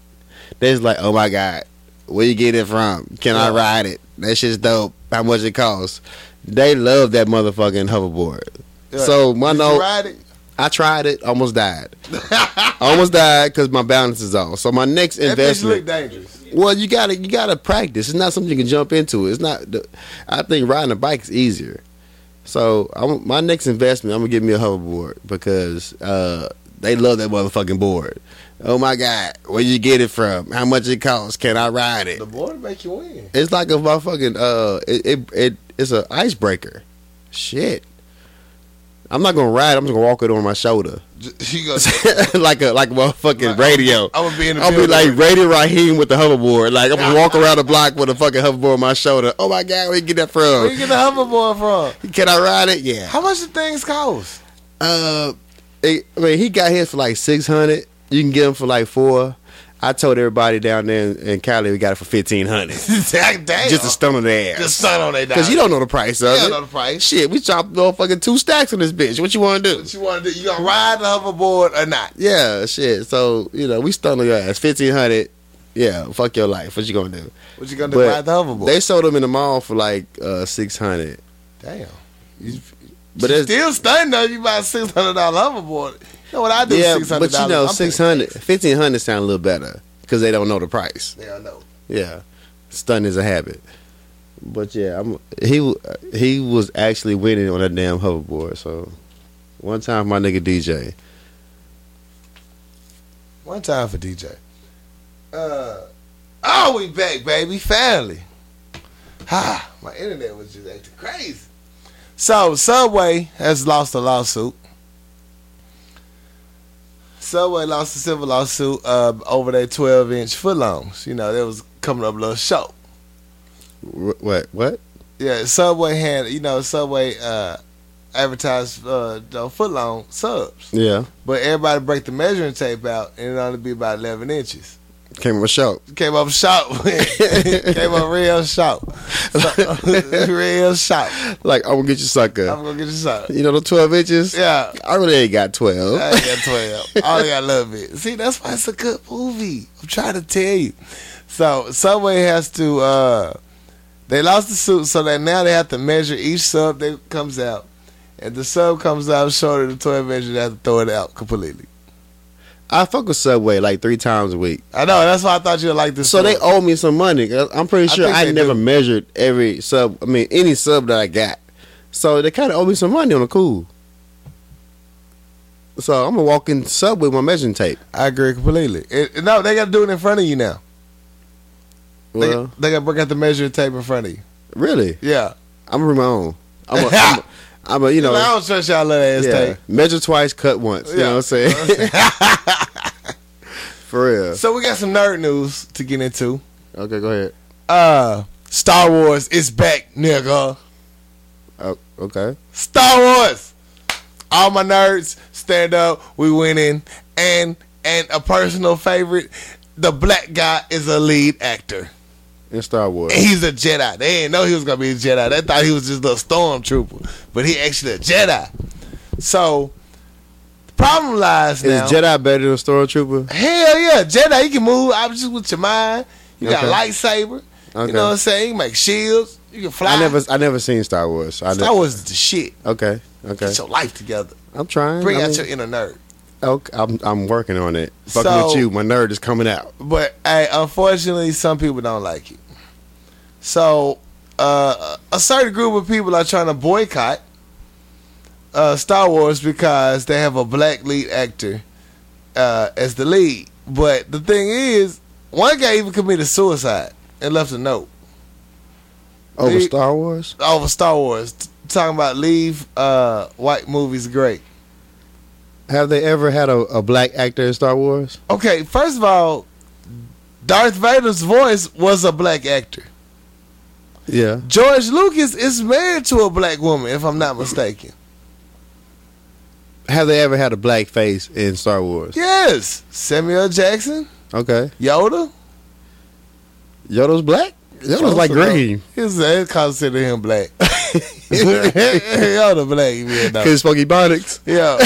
Speaker 1: They're just like, oh my god, where you get it from? Can I
Speaker 2: Yeah.
Speaker 1: ride it? That shit's dope. How much it costs? They love that motherfucking hoverboard.
Speaker 2: Yeah.
Speaker 1: So my
Speaker 2: Did you
Speaker 1: no,
Speaker 2: ride it?
Speaker 1: I tried it, almost died, (laughs) almost died because my balance is off. So my next
Speaker 2: That bitch look
Speaker 1: investment.
Speaker 2: dangerous.
Speaker 1: Well, you gotta you gotta practice. It's not something you can jump into. It's not. the- I think riding a bike is easier. So I'm, my next investment, I'm gonna give me a hoverboard because uh, they love that motherfucking board. Oh my god, where you get it from? How much it costs? Can I ride it?
Speaker 2: The boy to make you win.
Speaker 1: It's like a motherfucking uh, it it, it it's an icebreaker. Shit. I'm not gonna ride. I'm just gonna walk it on my shoulder,
Speaker 2: (laughs) She goes.
Speaker 1: (laughs) like a like a motherfucking
Speaker 2: Like,
Speaker 1: radio.
Speaker 2: I'm gonna be
Speaker 1: (laughs)
Speaker 2: in the.
Speaker 1: I'll be
Speaker 2: middle of
Speaker 1: like Radio Raheem with the hoverboard. Like I'm gonna walk around the block with a fucking hoverboard on my shoulder. Oh my god, where you get that
Speaker 2: it. where you
Speaker 1: from?
Speaker 2: get the hoverboard from?
Speaker 1: Can I ride it? Yeah.
Speaker 2: How much do things cost?
Speaker 1: Uh, it, I mean, he got his for like six hundred. You can get him for like four. I told everybody down there in, in Cali we got it for fifteen hundred.
Speaker 2: (laughs) Damn,
Speaker 1: Just a stone on their
Speaker 2: the
Speaker 1: ass.
Speaker 2: sun on that.
Speaker 1: Because you don't know the price of
Speaker 2: You don't
Speaker 1: it.
Speaker 2: know the price.
Speaker 1: Shit, we chopped motherfucking two stacks on this bitch. What you want to do?
Speaker 2: What you want to do? You gonna ride the hoverboard or not?
Speaker 1: Yeah, shit. So you know we stung your ass fifteen hundred. Yeah, fuck your life. What you gonna do?
Speaker 2: What you gonna do?
Speaker 1: But
Speaker 2: Ride the hoverboard.
Speaker 1: They sold them in the mall for like uh, six hundred.
Speaker 2: Damn. You,
Speaker 1: But
Speaker 2: but
Speaker 1: it's-
Speaker 2: it's still stunned though. You buy a six hundred dollar hoverboard. You know what I do?
Speaker 1: Yeah,
Speaker 2: with $600?
Speaker 1: but you know
Speaker 2: I'm paying-
Speaker 1: six hundred, fifteen hundred sound a little better because they don't know the price.
Speaker 2: Yeah, I know.
Speaker 1: Yeah, stun is a habit. But yeah, I'm, he he was actually winning on that damn hoverboard. So one time my nigga DJ,
Speaker 2: One time for DJ. Uh, oh, we back, baby. Finally. Ah, my internet was just acting crazy. So Subway has lost a lawsuit. Subway lost a civil lawsuit uh, over their 12 inch footlongs. You know, that was coming up a little short.
Speaker 1: wh- what what?
Speaker 2: Yeah, Subway had you know Subway uh, advertised uh, the footlong subs,
Speaker 1: Yeah,
Speaker 2: but everybody break the measuring tape out, and it only be about eleven inches.
Speaker 1: came from a show.
Speaker 2: Came up short, (laughs) came up
Speaker 1: (laughs)
Speaker 2: real short, real short.
Speaker 1: Like I'm gonna get you
Speaker 2: I'm
Speaker 1: sucker.
Speaker 2: gonna get you short.
Speaker 1: You know the twelve inches.
Speaker 2: Yeah,
Speaker 1: I really ain't got
Speaker 2: I
Speaker 1: twelve.
Speaker 2: ain't got twelve.
Speaker 1: (laughs)
Speaker 2: I only got a little bit. See, that's why it's a good movie. I'm trying to tell you. So Subway has to. uh They lost the suit, so that now they have to measure each sub that comes out. If the sub comes out shorter than twelve inches, they have to throw it out completely.
Speaker 1: I fuck with Subway like three times a week,
Speaker 2: I know. That's why I thought you would like this.
Speaker 1: so they
Speaker 2: story.
Speaker 1: owe me some money. 'cause I'm pretty
Speaker 2: I
Speaker 1: sure
Speaker 2: think
Speaker 1: I,
Speaker 2: they
Speaker 1: never
Speaker 2: do.
Speaker 1: measured every sub. I mean, any sub that I got, so they kind of owe me some money on the cool. So I'm gonna walk in Subway with my measuring tape.
Speaker 2: I agree completely. It, no, they got to do it in front of you now.
Speaker 1: Well,
Speaker 2: they, they got to bring out the measuring tape in front of you.
Speaker 1: really,
Speaker 2: Yeah.
Speaker 1: I'm gonna bring my own.
Speaker 2: (laughs)
Speaker 1: I'm a, I'm a, I'm a you
Speaker 2: Like, I
Speaker 1: know,
Speaker 2: don't trust y'all little ass
Speaker 1: yeah,
Speaker 2: tape.
Speaker 1: measure twice, cut once. You know what I'm saying?
Speaker 2: (laughs)
Speaker 1: (laughs) For real.
Speaker 2: so we got some nerd news to get into.
Speaker 1: Okay, go ahead.
Speaker 2: uh Star Wars is back, nigga.
Speaker 1: Oh, okay.
Speaker 2: Star Wars. All my nerds, stand up. We winning. And and a personal favorite, the black guy is a lead actor.
Speaker 1: In Star Wars.
Speaker 2: And he's a Jedi. They didn't know he was gonna be a Jedi. They thought he was just a stormtrooper, but he actually a Jedi. So the problem lies now.
Speaker 1: Is Jedi better than Stormtrooper?
Speaker 2: Hell yeah, Jedi. You can move objects with your mind. You got a
Speaker 1: Okay.
Speaker 2: lightsaber.
Speaker 1: Okay.
Speaker 2: You know what I'm saying? You make shields. You can fly.
Speaker 1: I never, I never seen Star Wars. so I
Speaker 2: Star Wars is the shit.
Speaker 1: ne- okay, okay.
Speaker 2: Get your life together.
Speaker 1: I'm trying.
Speaker 2: Bring
Speaker 1: I
Speaker 2: out
Speaker 1: mean,
Speaker 2: your inner nerd.
Speaker 1: okay, I'm, I'm working on it. Fucking
Speaker 2: So-
Speaker 1: with you, my nerd is coming out.
Speaker 2: But hey, unfortunately, some people don't like it. So uh, a certain group of people are trying to boycott uh, Star Wars because they have a black lead actor uh, as the lead. But the thing is, one guy even committed suicide and left a note.
Speaker 1: Over
Speaker 2: They-
Speaker 1: Star Wars?
Speaker 2: over Star Wars, t- talking about leave uh, white movies great.
Speaker 1: Have they ever had a, a black actor in Star Wars?
Speaker 2: Okay, first of all, Darth Vader's voice was a black actor.
Speaker 1: Yeah.
Speaker 2: George Lucas is married to a black woman, if I'm not mistaken.
Speaker 1: Have they ever had a black face in Star Wars?
Speaker 2: Yes, Samuel Jackson,
Speaker 1: Okay.
Speaker 2: Yoda.
Speaker 1: Yoda's black? Yoda's like
Speaker 2: Also,
Speaker 1: green.
Speaker 2: He's they consider him black. (laughs) Yoda black, yeah,
Speaker 1: (laughs)
Speaker 2: no.
Speaker 1: Because Smokey Bonics.
Speaker 2: yeah.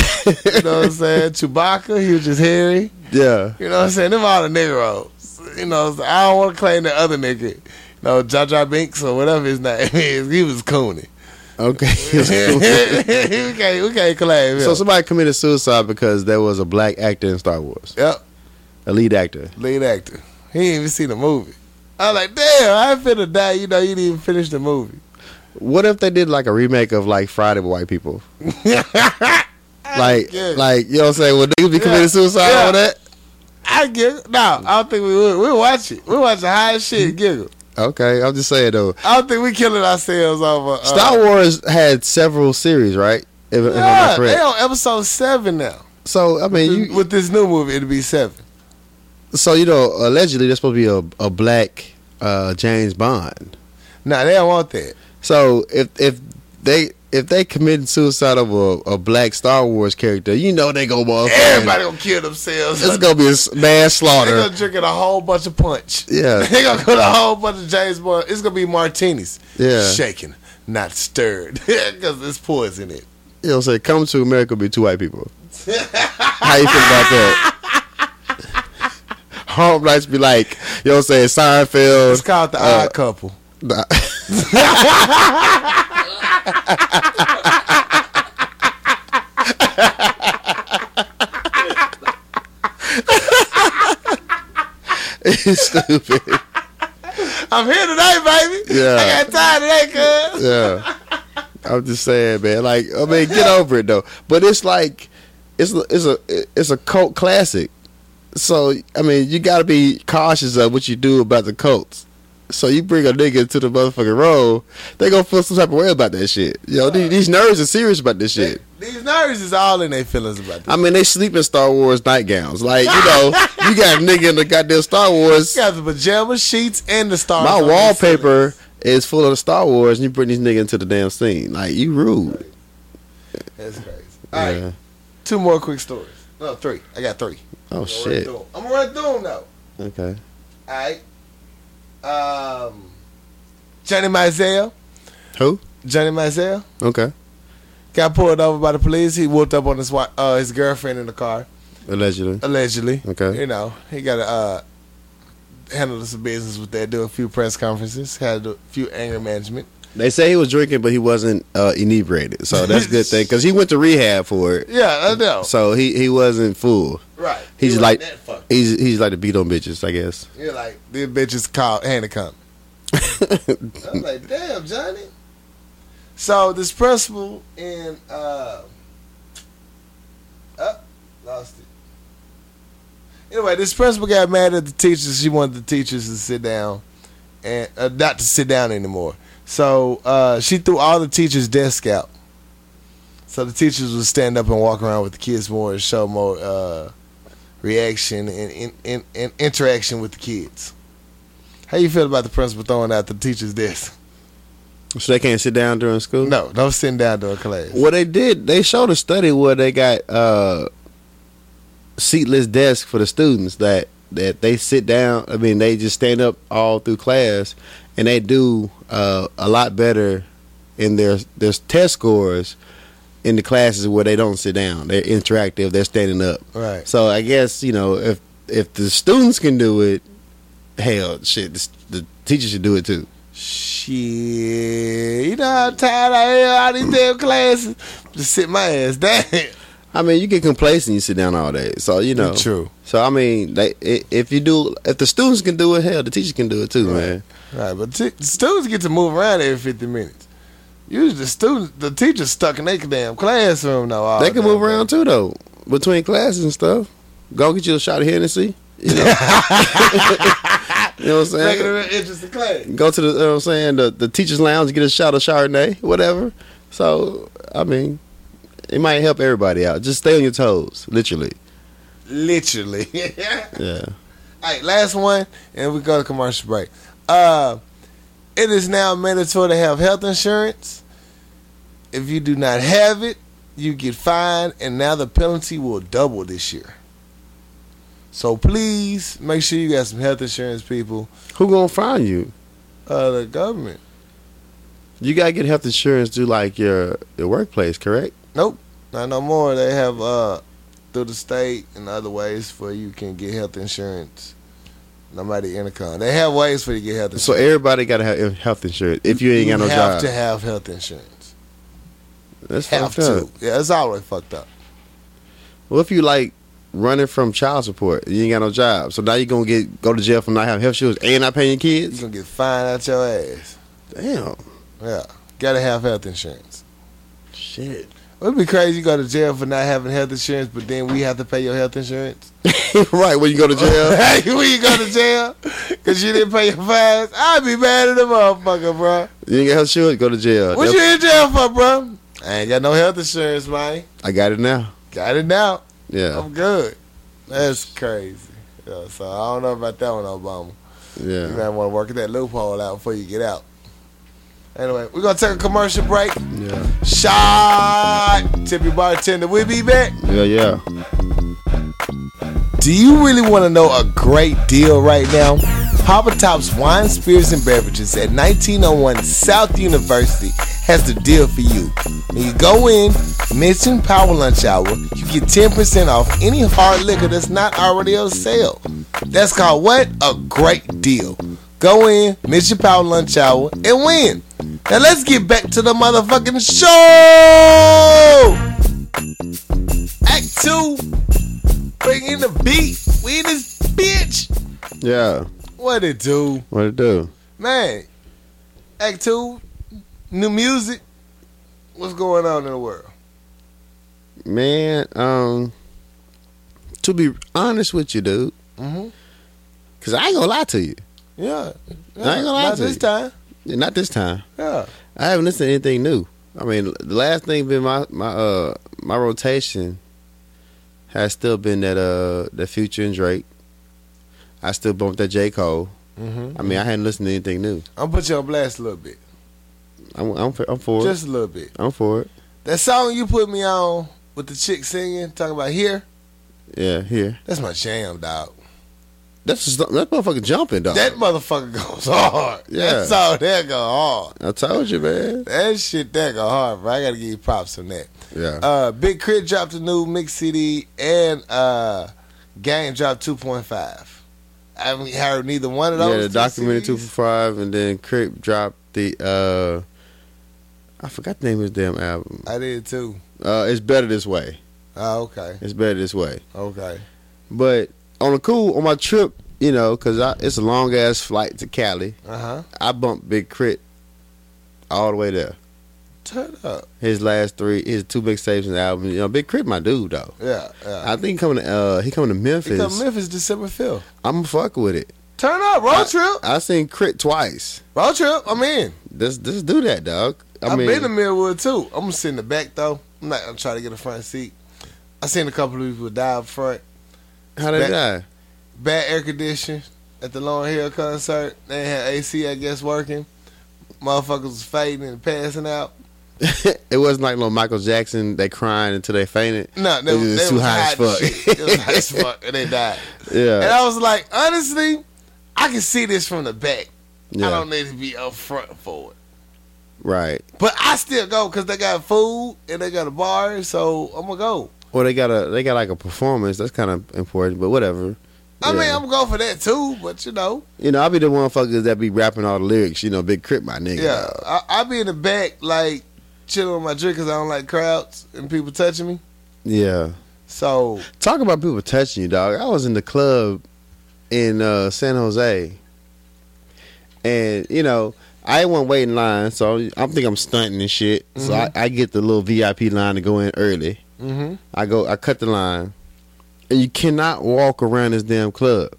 Speaker 2: You know what I'm saying? Chewbacca, he was just hairy.
Speaker 1: Yeah.
Speaker 2: You know what I'm saying? Them all the Negroes. You know, so I don't want to claim the other nigga. No, Jaja Binks or whatever his name (laughs) is. He was coony. we,
Speaker 1: Okay.
Speaker 2: can't, (laughs) we can't claim him.
Speaker 1: so somebody committed suicide because there was a black actor in Star Wars.
Speaker 2: yep,
Speaker 1: A lead actor.
Speaker 2: lead actor. He didn't even see the movie. I was like, damn, I finna die. You know, you didn't even finish the movie.
Speaker 1: What if they did like a remake of like Friday with white people? like,
Speaker 2: Uh, Yeah.
Speaker 1: like you know what I'm saying? Would niggas be committing suicide
Speaker 2: Yeah.
Speaker 1: on that?
Speaker 2: I giggle. No, I don't think we would. We watch it. We watch the highest shit and giggle.
Speaker 1: Okay, I'm just saying though.
Speaker 2: I don't think we killing ourselves over. Uh,
Speaker 1: Star Wars had several series, right? If, if I'm
Speaker 2: Yeah,
Speaker 1: not
Speaker 2: they
Speaker 1: correct.
Speaker 2: on episode seven now.
Speaker 1: So I mean, you,
Speaker 2: with this new movie, it'll be seven.
Speaker 1: so you know, allegedly there's supposed to be a a black uh, James Bond.
Speaker 2: Nah, they don't want that.
Speaker 1: So if if they if they committed suicide of a, a black Star Wars character, you know they go motherfucking.
Speaker 2: Everybody gonna kill themselves.
Speaker 1: It's gonna be a s-
Speaker 2: they
Speaker 1: manslaughter.
Speaker 2: gonna drink it a whole bunch of punch.
Speaker 1: Yeah.
Speaker 2: (laughs) they gonna go to a whole bunch of James Bond. It's gonna be martinis.
Speaker 1: Yeah.
Speaker 2: shaken, not stirred, (laughs) because there's poison in it.
Speaker 1: You know, say come to America be two white people. (laughs) How you feel about that? (laughs) Home lights be like, you know, what I'm saying Seinfeld.
Speaker 2: It's called the
Speaker 1: uh,
Speaker 2: Odd Couple.
Speaker 1: Nah. (laughs) it's stupid.
Speaker 2: I'm here tonight, baby.
Speaker 1: Yeah.
Speaker 2: I got tired today, cuz.
Speaker 1: Yeah. I'm just saying, man. Like, I mean, get over it though. But it's like, it's a- it's a it's a cult classic. So I mean, you got to be cautious of what you do about the cults. So you bring a nigga to the motherfucking role, they gonna feel some type of way about that shit. You know, these, these nerds are serious about this shit.
Speaker 2: These nerds is all in their feelings about this.
Speaker 1: I mean, they sleep in Star Wars nightgowns. Like, you know, you got a nigga in the goddamn Star Wars.
Speaker 2: You got the pajama sheets and the stars.
Speaker 1: My
Speaker 2: on their ceiling.
Speaker 1: wallpaper is full of Star Wars, and you bring these nigga into the damn scene. Like, you rude.
Speaker 2: That's crazy. All right,
Speaker 1: Yeah.
Speaker 2: two more quick stories. No, three. I got three.
Speaker 1: Oh shit.
Speaker 2: I'm gonna run through them though.
Speaker 1: Okay.
Speaker 2: All right. Um, Johnny Mizell.
Speaker 1: Who?
Speaker 2: Johnny Mizell
Speaker 1: Okay.
Speaker 2: got pulled over by the police. He whooped up on his wi- uh, his girlfriend in the car,
Speaker 1: Allegedly.
Speaker 2: allegedly.
Speaker 1: Okay.
Speaker 2: You know, he got to uh, handle some business with that. Do a few press conferences. Had a few anger management.
Speaker 1: They say he was drinking, but he wasn't uh, inebriated, so that's a good thing because he went to rehab for it.
Speaker 2: Yeah, I know.
Speaker 1: So he, he wasn't full.
Speaker 2: right.
Speaker 1: He's
Speaker 2: He wasn't
Speaker 1: like-
Speaker 2: that fucked.
Speaker 1: He's he's like to beat on bitches, I
Speaker 2: (laughs)
Speaker 1: guess.
Speaker 2: You're like, this bitch is called Hannekamp. I'm like, damn, Johnny. So this principal in uh oh, lost it. Anyway, this principal got mad at the teachers. She wanted the teachers to sit down and uh, not to sit down anymore. So uh, she threw all the teachers' desks out. So the teachers would stand up and walk around with the kids more and show more uh, reaction and, and, and, and interaction with the kids. How you feel about the principal throwing out the teacher's desk?
Speaker 1: So they can't sit down during school.
Speaker 2: No, don't sitting down during class.
Speaker 1: Well, they did. They showed a study where they got uh, seatless desks for the students that that they sit down. I mean, they just stand up all through class, and they do uh, a lot better in their their test scores in the classes where they don't sit down. They're interactive. They're standing up.
Speaker 2: Right.
Speaker 1: So I guess you know if if the students can do it, hell, shit, the, the teachers should do it too.
Speaker 2: Shit, you know how tired I am out of these damn classes. Just sit my ass (laughs) down.
Speaker 1: I mean, you get complacent, you sit down all day. So you know,
Speaker 2: True.
Speaker 1: So I mean, they, i- if you do, if the students can do it, hell, the teachers can do it too,
Speaker 2: Right.
Speaker 1: man.
Speaker 2: Right, but t- students get to move around every fifty minutes. Usually, the students, the teachers stuck in their damn classroom though. all
Speaker 1: they can
Speaker 2: damn
Speaker 1: move
Speaker 2: day.
Speaker 1: around too, though, between classes and stuff. Go get you a shot of Hennessy. You
Speaker 2: (laughs)
Speaker 1: know, (laughs) you know what I'm
Speaker 2: Making it
Speaker 1: saying?
Speaker 2: real interesting class.
Speaker 1: Go to the, you know what I'm saying, the, the teachers' lounge, get a shot of Chardonnay, whatever. So I mean, it might help everybody out. Just stay on your toes, literally.
Speaker 2: Literally. (laughs)
Speaker 1: Yeah.
Speaker 2: All right, last one, and we go to commercial break. Uh, it is now mandatory to have health insurance. If you do not have it, you get fined, and now the penalty will double this year. So please make sure you got some health insurance, people.
Speaker 1: Who gonna find you?
Speaker 2: Uh, the government.
Speaker 1: You gotta get health insurance through like your your workplace, correct?
Speaker 2: Nope, not no more. They have uh through the state and other ways for you can get health insurance. No matter your income, they have ways for you to get health insurance.
Speaker 1: So everybody gotta have health insurance if you ain't got no
Speaker 2: have
Speaker 1: job.
Speaker 2: to have health insurance.
Speaker 1: That's
Speaker 2: have
Speaker 1: fucked up.
Speaker 2: to. Yeah, it's always fucked up.
Speaker 1: Well, if you like running from child support, you ain't got no job. So now you gonna get go to jail for not having health insurance and not paying your
Speaker 2: You're
Speaker 1: kids.
Speaker 2: gonna get fined out your ass.
Speaker 1: Damn,
Speaker 2: Yeah, gotta have health insurance.
Speaker 1: shit.
Speaker 2: It'd be crazy you go to jail for not having health insurance, but then we have to pay your health insurance.
Speaker 1: (laughs) right when you go to jail,
Speaker 2: (laughs) hey, when you go to jail because you didn't pay your fines, I'd be mad at the motherfucker, bro.
Speaker 1: you ain't got health insurance. Go to jail.
Speaker 2: What
Speaker 1: That's-
Speaker 2: you in jail for, bro? I ain't got no health insurance, man.
Speaker 1: I got it now.
Speaker 2: Got it now.
Speaker 1: Yeah,
Speaker 2: I'm good. That's crazy. Yeah, so I don't know about that one, Obama. You
Speaker 1: yeah,
Speaker 2: might want to work that loophole out before you get out. Anyway, we're gonna take a commercial break.
Speaker 1: yeah,
Speaker 2: Shot. Tip your bartender. We'll be back.
Speaker 1: yeah, yeah.
Speaker 2: Do you really want to know a great deal right now? Papa Top's Wine, Spirits, and Beverages at 1901 South University has the deal for you. When you go in, mention Power Lunch Hour, you get 10% off any hard liquor that's not already on sale. That's called what? A great deal. Go in, mention Power Lunch Hour, and win. Now let's get back to the motherfucking show! Act 2 Bring in the beat. We in this bitch.
Speaker 1: Yeah.
Speaker 2: What it do?
Speaker 1: What it do?
Speaker 2: Man. Act two, new music. What's going on in the world?
Speaker 1: Man, um to be honest with you, dude,
Speaker 2: Mm-hmm.
Speaker 1: cuz I ain't going to lie to you.
Speaker 2: Yeah. yeah.
Speaker 1: I ain't gonna lie
Speaker 2: Not
Speaker 1: to
Speaker 2: this
Speaker 1: you.
Speaker 2: time.
Speaker 1: Not this time.
Speaker 2: Yeah.
Speaker 1: I haven't listened to anything new. I mean, the last thing been my my uh my rotation has still been that uh the Future and Drake. I still bumped that J Cole.
Speaker 2: Mm-hmm.
Speaker 1: I mean, I hadn't listened to anything new.
Speaker 2: I'm gonna put you on blast a little bit.
Speaker 1: I'm I'm for, I'm for it.
Speaker 2: Just a little bit.
Speaker 1: I'm for it.
Speaker 2: That song you put me on with the chick singing, talking about here,
Speaker 1: Yeah, here.
Speaker 2: that's my jam, dog.
Speaker 1: Uh-huh. That's just, that motherfucker jumping dog.
Speaker 2: That motherfucker goes (laughs) hard.
Speaker 1: Yeah.
Speaker 2: That song that go hard.
Speaker 1: I told you, man.
Speaker 2: That shit that go hard, bro. I gotta give you props on that.
Speaker 1: Yeah.
Speaker 2: Uh, Big Crit dropped a new mix CD, and uh, Game dropped 2.5. I haven't heard neither one of those.
Speaker 1: yeah, the
Speaker 2: two
Speaker 1: documentary two
Speaker 2: CDs.
Speaker 1: for five, and then Crip dropped the uh, I forgot the name of his damn album.
Speaker 2: I did too.
Speaker 1: Uh, it's better this way.
Speaker 2: Oh, okay,
Speaker 1: It's better this way.
Speaker 2: okay.
Speaker 1: But on the cool, on my trip, you know, cause I, it's a long ass flight to Cali.
Speaker 2: Uh huh.
Speaker 1: I bumped Big Crit all the way there.
Speaker 2: Turn up.
Speaker 1: His last three, his two mixtapes and album. You know, Big Crit, my dude though.
Speaker 2: Yeah, yeah.
Speaker 1: I think coming to uh, he coming to
Speaker 2: He
Speaker 1: Memphis.
Speaker 2: come Memphis December 5th.
Speaker 1: I'm fuck with it.
Speaker 2: Turn up. Road
Speaker 1: I-
Speaker 2: trip.
Speaker 1: I seen Crit twice.
Speaker 2: Road trip. I'm in.
Speaker 1: Let's let's do that, dog. I
Speaker 2: I've
Speaker 1: mean,
Speaker 2: been to Millwood too. I'm gonna sit in the back though. I'm not gonna try to get a front seat. I seen a couple of people die up front.
Speaker 1: how did
Speaker 2: back-
Speaker 1: I?
Speaker 2: bad air condition at the Long Hill concert. They had AC, I guess, working. Motherfuckers was fading and passing out.
Speaker 1: (laughs) it wasn't like no Michael Jackson. They crying until they fainted.
Speaker 2: No, they,
Speaker 1: It was
Speaker 2: was, they
Speaker 1: too
Speaker 2: was
Speaker 1: high as
Speaker 2: hot as
Speaker 1: fuck.
Speaker 2: shit. It was hot as fuck, and they died.
Speaker 1: (laughs)
Speaker 2: And
Speaker 1: Yeah,
Speaker 2: I was like, honestly, I can see this from the back.
Speaker 1: yeah,
Speaker 2: I don't need to be up front for it.
Speaker 1: right.
Speaker 2: But I still go because they got food and they got a bar, so I'm gonna go.
Speaker 1: Well, they got a they got like a performance. That's kind of important, but whatever.
Speaker 2: I mean,
Speaker 1: Yeah.
Speaker 2: I'm gonna go for that too, but you know,
Speaker 1: You know, I'll be the one fuckers that be rapping all the lyrics. You know, big crip, my nigga.
Speaker 2: yeah, I, I be in the back like chilling with my drink because I don't like crowds and people touching me.
Speaker 1: yeah.
Speaker 2: So
Speaker 1: Talk about people touching you, dog. I was in the club in uh, San Jose, and you know I wasn't waiting in line, so I'm think I'm stunting and shit. So I, I get the little VIP line to go in early.
Speaker 2: Mm-hmm.
Speaker 1: I go, I cut the line, and you cannot walk around this damn club.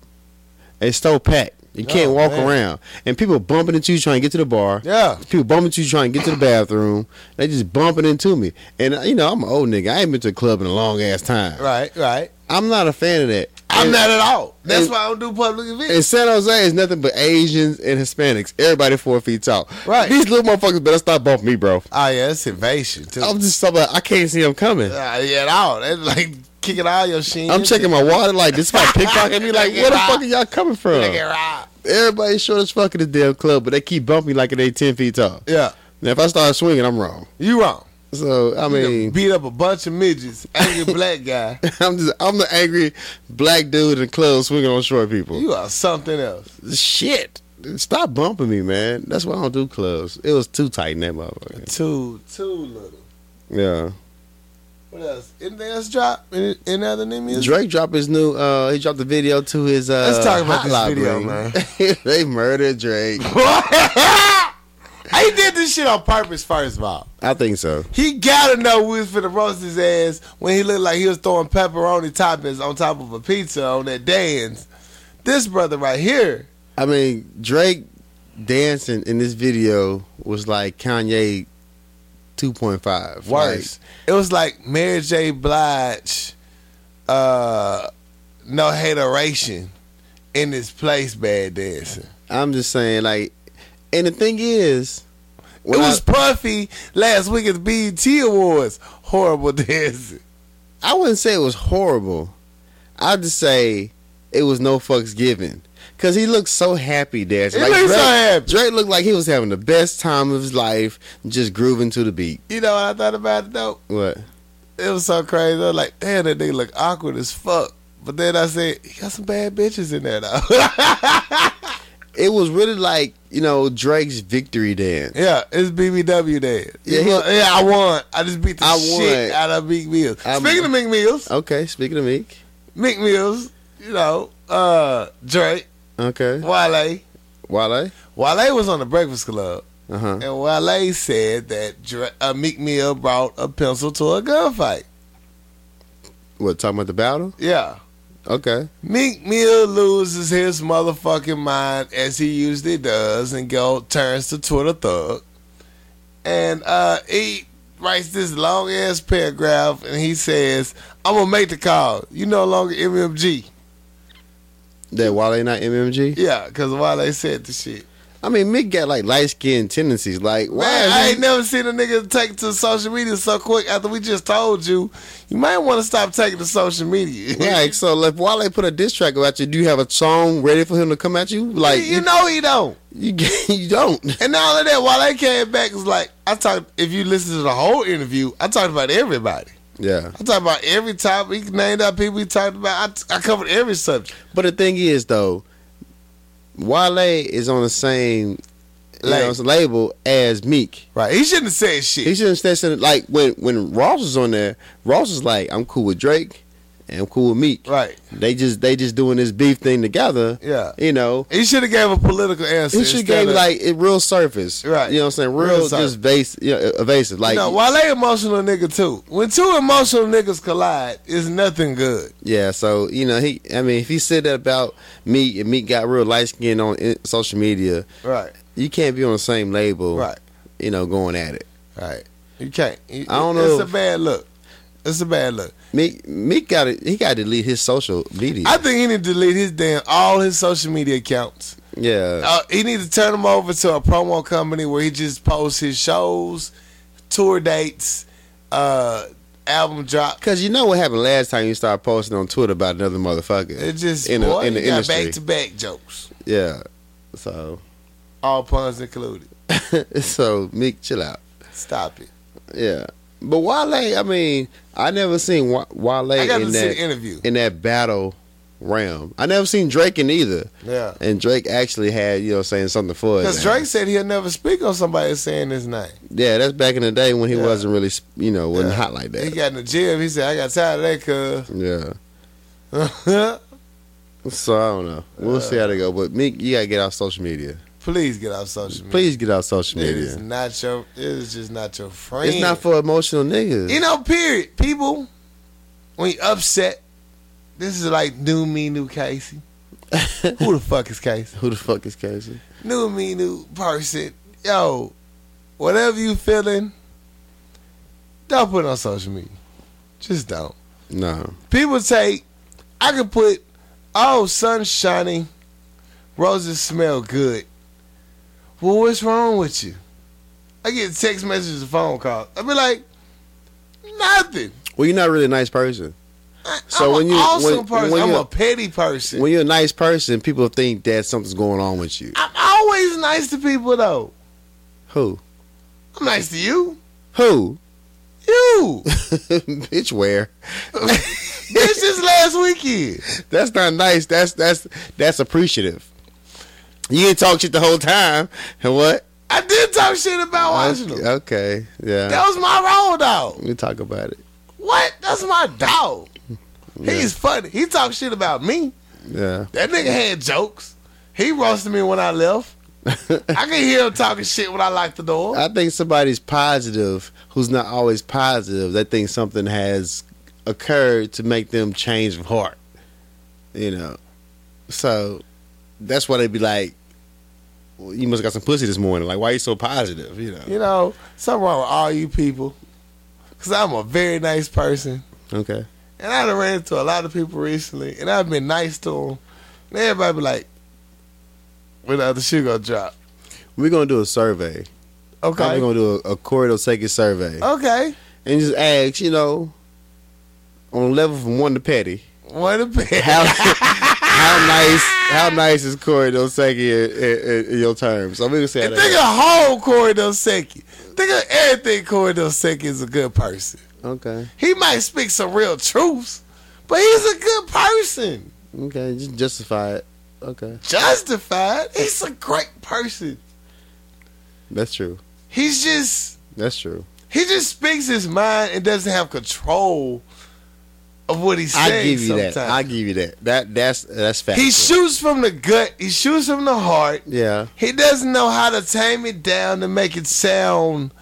Speaker 1: It's so packed. You can't
Speaker 2: Oh,
Speaker 1: walk
Speaker 2: man.
Speaker 1: around, and people bumping into you trying to get to the bar.
Speaker 2: Yeah.
Speaker 1: People bumping into you trying to get to the bathroom. They just bumping into me, and uh, you know I'm an old nigga. I ain't been to a club in a long ass time.
Speaker 2: Right, right.
Speaker 1: I'm not a fan of that.
Speaker 2: I'm
Speaker 1: And-
Speaker 2: not at all. That's
Speaker 1: and-
Speaker 2: why I don't do public events.
Speaker 1: in San Jose is nothing but Asians and Hispanics. Everybody four feet tall.
Speaker 2: Right.
Speaker 1: These little motherfuckers better stop bumping me, bro.
Speaker 2: Oh yeah, it's invasion too.
Speaker 1: I'm just talking. about, I can't see them coming.
Speaker 2: Nah, yeah, at all. That's like kicking all your shit.
Speaker 1: I'm checking my water like this.
Speaker 2: (laughs)
Speaker 1: Might pickpocket me. Like where the fuck are y'all coming from?
Speaker 2: Yeah,
Speaker 1: Everybody's short as fuck in the damn club, but they keep bumping like they ten feet tall. Now if I start swinging, I'm wrong.
Speaker 2: you wrong.
Speaker 1: So I
Speaker 2: You done
Speaker 1: mean, (laughs)
Speaker 2: beat up a bunch of midgets, (laughs) angry black guy.
Speaker 1: I'm just I'm the angry black dude in the club swinging on short people.
Speaker 2: You are something else.
Speaker 1: Shit, stop bumping me, man. That's why I don't do clubs. It was too tight in that motherfucker.
Speaker 2: Too, too little.
Speaker 1: Yeah.
Speaker 2: What else? Anything else drop? Any, any other new music?
Speaker 1: Drake dropped his new. uh He dropped the video to his. uh
Speaker 2: Let's talk about
Speaker 1: Hot
Speaker 2: this
Speaker 1: Lobby.
Speaker 2: video, man.
Speaker 1: (laughs) they murdered Drake.
Speaker 2: he did this shit on purpose. First of all,
Speaker 1: I think so.
Speaker 2: he gotta know we was finna roast his ass when he looked like he was throwing pepperoni toppings on top of a pizza on that dance. This brother right here,
Speaker 1: I mean, Drake dancing in this video was like Kanye two point five.
Speaker 2: Worse. it was like Mary J. Blige, uh, no hateration in this place, bad dancing.
Speaker 1: I'm just saying, like, and the thing is, when
Speaker 2: it
Speaker 1: I-
Speaker 2: was Puffy last week at the BET Awards. Horrible (laughs) dancing.
Speaker 1: I wouldn't say it was horrible. I'd just say it was no fucks given. Cause he looked so happy dancing.
Speaker 2: He looked so happy.
Speaker 1: Drake looked like he was having the best time of his life, just grooving to the beat.
Speaker 2: You know what I thought about it though?
Speaker 1: What?
Speaker 2: It was so crazy. I was like, damn, that nigga look awkward as fuck. But then I said, he got some bad bitches in there though. (laughs)
Speaker 1: It was really like you know Drake's victory dance.
Speaker 2: yeah, it's BBW day.
Speaker 1: Yeah,
Speaker 2: Yeah,
Speaker 1: he-
Speaker 2: yeah, I won. I just beat the
Speaker 1: I
Speaker 2: shit
Speaker 1: won.
Speaker 2: out of Meek Mills.
Speaker 1: I'm-
Speaker 2: Speaking of Meek Mills,
Speaker 1: Okay, speaking of Meek.
Speaker 2: Meek Mills, you know, uh, Drake,
Speaker 1: Okay,
Speaker 2: Wale.
Speaker 1: Wale.
Speaker 2: Wale was on the Breakfast Club.
Speaker 1: Uh huh.
Speaker 2: And Wale said that Dra- uh, Meek Mill brought a pencil to a gunfight.
Speaker 1: What talking about the battle?
Speaker 2: Yeah.
Speaker 1: Okay.
Speaker 2: Meek Mill loses his motherfucking mind as he usually does and go turns to Twitter thug. And uh, he writes this long ass paragraph and he says, I'm gonna make the call. You no longer MMG.
Speaker 1: That Wale not MMG.
Speaker 2: Yeah, because Wale said the shit.
Speaker 1: I mean, Meek got like light skinned tendencies. Like, why?
Speaker 2: Man,
Speaker 1: is
Speaker 2: I
Speaker 1: he-
Speaker 2: ain't never seen a nigga take to social media so quick after we just told you. You might want to stop taking to social media. (laughs)
Speaker 1: Right, so if Wale put a diss track about you, do you have a song ready for him to come at you? Like
Speaker 2: you know he don't.
Speaker 1: you, (laughs) you, you don't.
Speaker 2: And not only that, while they came back, it's like I talked. If you listen to the whole interview, I talked about everybody.
Speaker 1: Yeah,
Speaker 2: I talked about every topic, named out people we talked about. I, t- I covered every subject.
Speaker 1: but the thing is though, Wale is on the same you know,
Speaker 2: Label.
Speaker 1: label as Meek.
Speaker 2: Right? He shouldn't have said shit.
Speaker 1: He shouldn't have said like when when Ross was on there. Ross was like, "I'm cool with Drake, and I'm cool with Meek.
Speaker 2: right?
Speaker 1: They just they just doing this beef thing together."
Speaker 2: Yeah.
Speaker 1: You know,
Speaker 2: He should have gave a political answer.
Speaker 1: he should
Speaker 2: instead
Speaker 1: gave
Speaker 2: of-
Speaker 1: like it real surface,
Speaker 2: Right.
Speaker 1: You know what I'm saying?
Speaker 2: Real
Speaker 1: Real,
Speaker 2: surface.
Speaker 1: just base, you know, uh, evasive. Like,
Speaker 2: no, while they emotional nigga too. When two emotional niggas collide, it's nothing good.
Speaker 1: Yeah, so you know he. I mean, if he said that about Meek and Meek got real light skin on in- social media,
Speaker 2: Right?
Speaker 1: you can't be on the same label,
Speaker 2: Right?
Speaker 1: You know, going at it.
Speaker 2: Right? You can't. You-
Speaker 1: I don't know.
Speaker 2: It's a bad look. It's a bad look.
Speaker 1: Meek, Meek got it. He got to delete his social media.
Speaker 2: I think he need to delete his damn all his social media accounts.
Speaker 1: yeah,
Speaker 2: uh, he needs to turn him over to a promo company where he just posts his shows, tour dates, uh, album drop.
Speaker 1: because you know what happened last time you started posting on Twitter about another motherfucker.
Speaker 2: It just
Speaker 1: In the-
Speaker 2: boy,
Speaker 1: in the
Speaker 2: he got
Speaker 1: industry.
Speaker 2: back to back jokes,
Speaker 1: yeah, so (laughs)
Speaker 2: all puns included.
Speaker 1: so Meek, chill out.
Speaker 2: Stop it.
Speaker 1: Yeah, but Wale. I mean, I never seen Wa- Wale
Speaker 2: I got
Speaker 1: in
Speaker 2: to see the
Speaker 1: that
Speaker 2: interview.
Speaker 1: in that battle realm. I never seen Drake in either.
Speaker 2: Yeah,
Speaker 1: And Drake actually had, you know, saying something for it.
Speaker 2: because
Speaker 1: now.
Speaker 2: Drake said he'll never speak on somebody saying his name.
Speaker 1: yeah, that's back in the day when he
Speaker 2: Yeah.
Speaker 1: wasn't really, you know, wasn't
Speaker 2: Yeah.
Speaker 1: hot like
Speaker 2: He
Speaker 1: that.
Speaker 2: got in the gym. He said, "I got tired of
Speaker 1: Yeah.
Speaker 2: that,
Speaker 1: So I don't know. We'll see how they go. But Meek, you gotta get off social media.
Speaker 2: cuz." (laughs) Please get off social media.
Speaker 1: Please get off social
Speaker 2: it is
Speaker 1: media.
Speaker 2: not your. It is just not your friend.
Speaker 1: It's not for emotional niggas.
Speaker 2: You know, period. People, when you upset, this is like new me, new Casey. Who the fuck is Casey?
Speaker 1: (laughs) Who the fuck is Casey?
Speaker 2: New me, new person. Yo, whatever you feeling, don't put it on social media. Just don't.
Speaker 1: No.
Speaker 2: People take, I could put, oh, sun's shining, roses smell good. Well, what's wrong with you? I get text messages and phone calls. I be like, nothing.
Speaker 1: Well, you're not really a nice person.
Speaker 2: I-
Speaker 1: So
Speaker 2: I'm
Speaker 1: when
Speaker 2: an
Speaker 1: you-
Speaker 2: awesome
Speaker 1: when-
Speaker 2: person,
Speaker 1: when
Speaker 2: I'm
Speaker 1: you-
Speaker 2: a petty person.
Speaker 1: When you're a nice person, people think that something's going on with you.
Speaker 2: I'm always nice to people though.
Speaker 1: Who?
Speaker 2: I'm nice to you.
Speaker 1: Who? (laughs)
Speaker 2: You.
Speaker 1: Bitch, where?
Speaker 2: this is last weekend.
Speaker 1: That's not nice. That's that's that's appreciative. You didn't talk shit the whole time. And what? Oh,
Speaker 2: I did talk shit about Washington.
Speaker 1: Okay, yeah.
Speaker 2: That was my role dog.
Speaker 1: We talk about it.
Speaker 2: What? That's my dog.
Speaker 1: Yeah.
Speaker 2: He's funny. He talked shit about me.
Speaker 1: Yeah. (laughs)
Speaker 2: That nigga had jokes. He roasted me when I left. I could hear him talking shit when I locked
Speaker 1: (laughs)
Speaker 2: the door.
Speaker 1: I think somebody's positive who's not always positive. They think something has occurred to make them change of heart. You know, so that's why they be like, well, you must have got some pussy this morning. Like, why you so positive? You know.
Speaker 2: You know, something wrong with all you people. Because I'm a very nice person.
Speaker 1: Okay.
Speaker 2: And I done ran into a lot of people recently, and I've been nice to them. And everybody be like, when the other shoe gonna drop.
Speaker 1: We're gonna do a survey.
Speaker 2: Okay. Uh.
Speaker 1: We're gonna do a, a Corridor Sacred survey
Speaker 2: okay.
Speaker 1: and just ask, you know, on a level from one to petty, (laughs)
Speaker 2: What a bit.
Speaker 1: how how nice how nice is Corridor Sacred in, in, in your terms? So we gonna say
Speaker 2: And think of
Speaker 1: that.
Speaker 2: whole Corey Dosecki. Think of everything Corey Dosecki is a good person.
Speaker 1: Okay.
Speaker 2: He might speak some real truths, but he's a good person.
Speaker 1: Okay. Just justify it. Okay.
Speaker 2: Justified. He's a great person.
Speaker 1: That's true.
Speaker 2: He's just
Speaker 1: That's true.
Speaker 2: he just speaks his mind and doesn't have control of what he's saying.
Speaker 1: I give you
Speaker 2: sometimes.
Speaker 1: that. I give you that. That that's that's fact.
Speaker 2: he shoots from the gut. He shoots from the heart.
Speaker 1: Yeah.
Speaker 2: He doesn't know how to tame it down to make it sound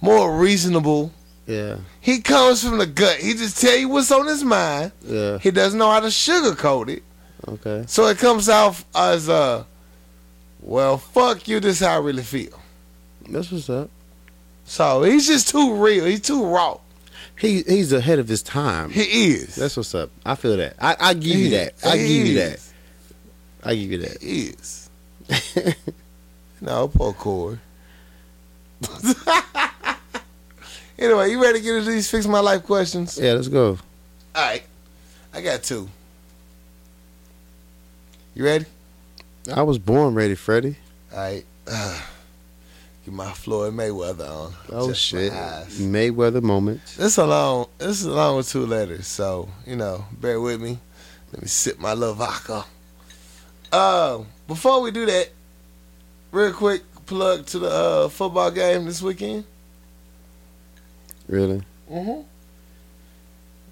Speaker 2: more reasonable.
Speaker 1: Yeah.
Speaker 2: He comes from the gut. He just tell you what's on his mind.
Speaker 1: Yeah.
Speaker 2: He doesn't know how to sugarcoat it.
Speaker 1: Okay.
Speaker 2: So it comes off as uh well, fuck you, this is how I really feel.
Speaker 1: That's what's up.
Speaker 2: So he's just too real. He's too raw.
Speaker 1: He he's ahead of his time.
Speaker 2: He is.
Speaker 1: That's what's up. I feel that. I, I give you
Speaker 2: He
Speaker 1: that. I
Speaker 2: is.
Speaker 1: give you
Speaker 2: He
Speaker 1: that.
Speaker 2: is.
Speaker 1: I give you that.
Speaker 2: He is. (laughs) no, poor Corey. (laughs) anyway, you ready to get into these fix my life questions?
Speaker 1: Yeah, let's go.
Speaker 2: Alright. I got two. You ready?
Speaker 1: I was born ready, Freddie.
Speaker 2: Alright. (sighs) get my Floyd Mayweather on.
Speaker 1: Oh
Speaker 2: Just my
Speaker 1: shit.
Speaker 2: eyes.
Speaker 1: Mayweather moment.
Speaker 2: This a long this is a long with two letters, so you know, bear with me. Let me sip my little vodka. Uh, before we do that, real quick plug to the uh, football game this weekend.
Speaker 1: Really.
Speaker 2: Mm-hmm.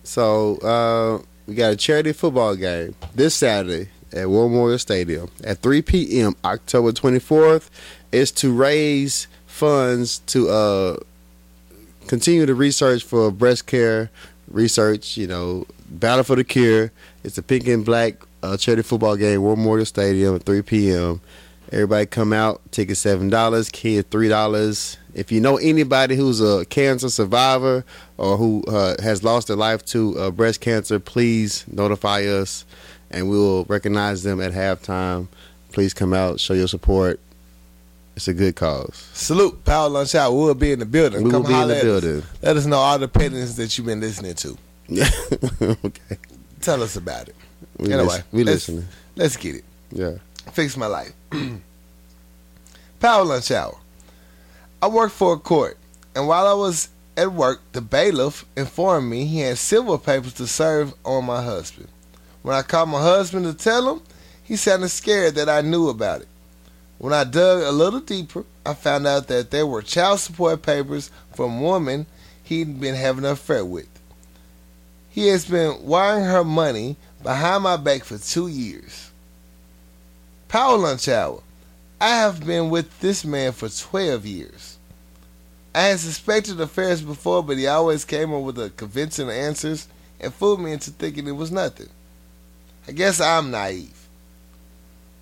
Speaker 1: So uh, we got a charity football game this Saturday at War Memorial Stadium at 3 p.m. October 24th. It's to raise funds to uh, continue the research for breast care research. You know, battle for the cure. It's a pink and black uh, charity football game. War Memorial Stadium at 3 p.m. Everybody come out. Ticket seven dollars. Kid three dollars. If you know anybody who's a cancer survivor or who uh, has lost their life to uh, breast cancer, please notify us, and we will recognize them at halftime. Please come out, show your support. It's a good cause.
Speaker 2: Salute, Power Lunch Hour. We'll be in the building.
Speaker 1: We
Speaker 2: Come
Speaker 1: will be in
Speaker 2: holler
Speaker 1: the
Speaker 2: at
Speaker 1: building.
Speaker 2: Us. Let us know all the opinions that you've been listening to.
Speaker 1: (laughs) okay,
Speaker 2: Tell us about it.
Speaker 1: we,
Speaker 2: Anyway,
Speaker 1: listen- we
Speaker 2: let's-
Speaker 1: listening.
Speaker 2: Let's get it.
Speaker 1: Yeah,
Speaker 2: Fix my life. (clears throat) Power lunch hour. I worked for a court, and while I was at work, the bailiff informed me he had civil papers to serve on my husband. When I called my husband to tell him, he sounded scared that I knew about it. When I dug a little deeper, I found out that there were child support papers from women he'd been having an affair with. He has been wiring her money behind my back for two years. Power Lunch Hour. I have been with this man for 12 years. I had suspected affairs before, but he always came up with a convincing answers and fooled me into thinking it was nothing. I guess I'm naive.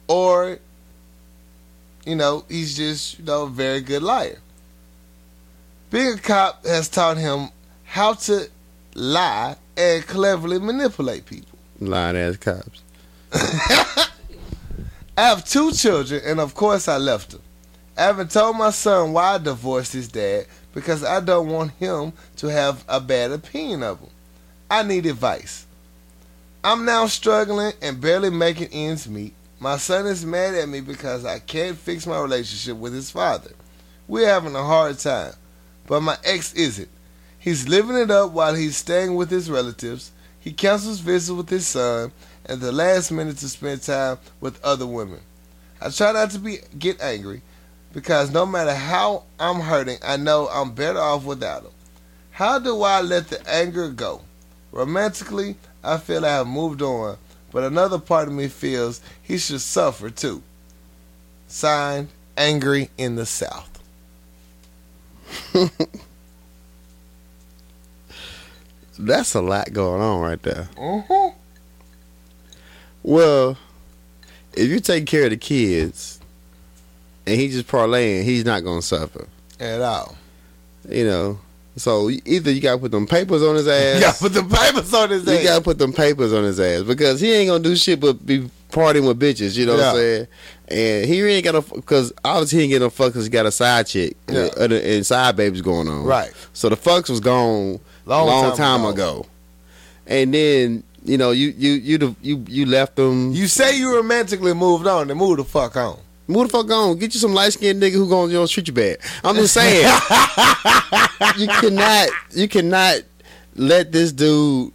Speaker 2: Or, you know, he's just, you know, a very good liar. Being a cop has taught him how to lie and cleverly manipulate people.
Speaker 1: lying ass cops.
Speaker 2: I have two children, and of course I left them. I haven't told my son why I divorced his dad because I don't want him to have a bad opinion of him. I need advice. I'm now struggling and barely making ends meet. My son is mad at me because I can't fix my relationship with his father. We're having a hard time, but my ex isn't. He's living it up while he's staying with his relatives. He cancels visits with his son at the last minute to spend time with other women. I try not to be get angry because no matter how I'm hurting, I know I'm better off without them. How do I let the anger go? Romantically, I feel I have moved on, but another part of me feels he should suffer too. Signed, Angry in the South.
Speaker 1: That's a lot going on right there.
Speaker 2: Mm-hmm.
Speaker 1: Well, if you take care of the kids, and he just parlaying, he's not gonna suffer.
Speaker 2: at all.
Speaker 1: You know. So e-, either you gotta put them papers on his ass.
Speaker 2: (laughs) Yeah, put the papers on his
Speaker 1: You
Speaker 2: ass.
Speaker 1: gotta put them papers on his ass because he ain't gonna do shit but be partying with bitches. You know what I'm
Speaker 2: Yeah.
Speaker 1: saying? And he ain't gonna because obviously he ain't getting no fuck because he got a side chick
Speaker 2: Yeah.
Speaker 1: and, other- and side babies going on.
Speaker 2: Right.
Speaker 1: So the fucks was gone long,
Speaker 2: Long
Speaker 1: time,
Speaker 2: time
Speaker 1: ago. and then you know you you you the- you you left them.
Speaker 2: You say you romantically moved on, then move the fuck on.
Speaker 1: Move the fuck on. Get you some light skinned nigga who gonna you know, treat you bad. I'm just saying. you cannot you cannot let this dude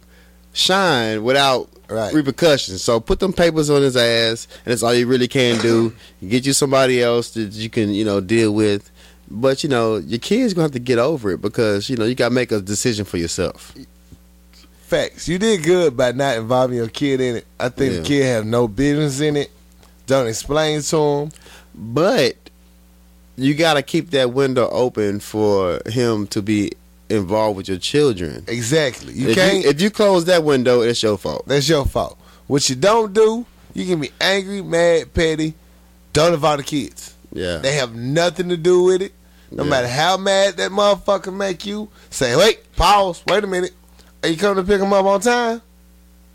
Speaker 1: shine without
Speaker 2: Right.
Speaker 1: repercussions. So put them papers on his ass and that's all you really can do. Get you somebody else that you can, you know, deal with. But you know, your kids gonna have to get over it because, you know, you gotta make a decision for yourself.
Speaker 2: Facts. You did good by not involving your kid in it. I think
Speaker 1: Yeah.
Speaker 2: the kid have no business in it. Don't explain to him.
Speaker 1: But you gotta keep that window open for him to be involved with your children.
Speaker 2: Exactly. You
Speaker 1: if,
Speaker 2: can't.
Speaker 1: You, if you close that window, it's your fault.
Speaker 2: that's your fault. What you don't do, you can be angry, mad, petty. Don't involve the kids.
Speaker 1: Yeah.
Speaker 2: They have nothing to do with it. No
Speaker 1: Yeah.
Speaker 2: matter how mad that motherfucker make you, say, wait, pause, wait a minute. Are you coming to pick him up on time?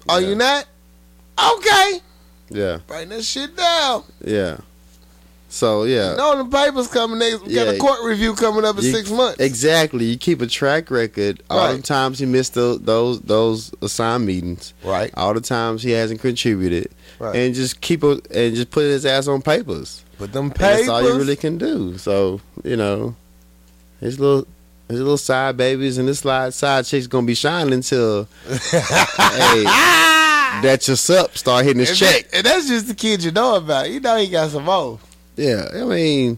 Speaker 2: Are
Speaker 1: Yeah.
Speaker 2: you not? Okay.
Speaker 1: Yeah.
Speaker 2: Write that shit down.
Speaker 1: Yeah. So yeah.
Speaker 2: No, the papers coming next. We got
Speaker 1: Yeah.
Speaker 2: a court review coming up in
Speaker 1: You-
Speaker 2: six months.
Speaker 1: Exactly. You keep a track record. All the
Speaker 2: Right.
Speaker 1: times he missed tho- those those assigned meetings.
Speaker 2: Right.
Speaker 1: All the times he hasn't contributed.
Speaker 2: Right.
Speaker 1: Uh, And just keep a, and just put his ass on papers.
Speaker 2: But them papers.
Speaker 1: And That's all you really can do. So you know, his little. His little side babies and his side side chicks gonna be shining
Speaker 2: (laughs)
Speaker 1: till hey, that your sup start hitting his
Speaker 2: and
Speaker 1: check.
Speaker 2: that- and that's just the kid you know about. You know he got some more.
Speaker 1: Yeah, I mean,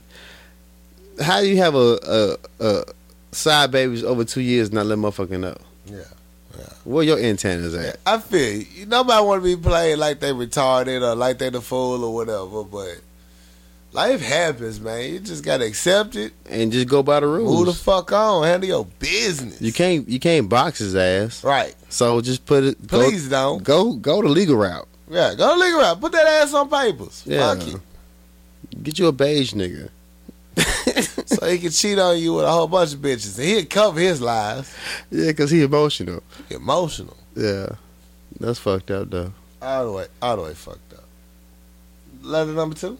Speaker 1: how do you have a, a, a side babies over two years not let motherfucking know?
Speaker 2: Yeah,
Speaker 1: Where your antennas at?
Speaker 2: I feel you. Nobody want to be playing like they retarded or like they the fool or whatever. But life happens, man. You just gotta accept it.
Speaker 1: And just go by the
Speaker 2: Move the
Speaker 1: rules.
Speaker 2: fuck on. Handle your business.
Speaker 1: You can't you can't box his ass.
Speaker 2: Right.
Speaker 1: So just put it. go-
Speaker 2: Please don't.
Speaker 1: go go the legal route.
Speaker 2: Yeah. Go look around. Put that ass on papers.
Speaker 1: Yeah.
Speaker 2: Fuck you.
Speaker 1: Get you a beige
Speaker 2: (laughs)
Speaker 1: nigga.
Speaker 2: so he can cheat on you with a whole bunch of bitches, and he'll cover his lies.
Speaker 1: Yeah, cause he emotional.
Speaker 2: Emotional.
Speaker 1: Yeah, that's fucked up though.
Speaker 2: All the way. All the way fucked up. Letter number two.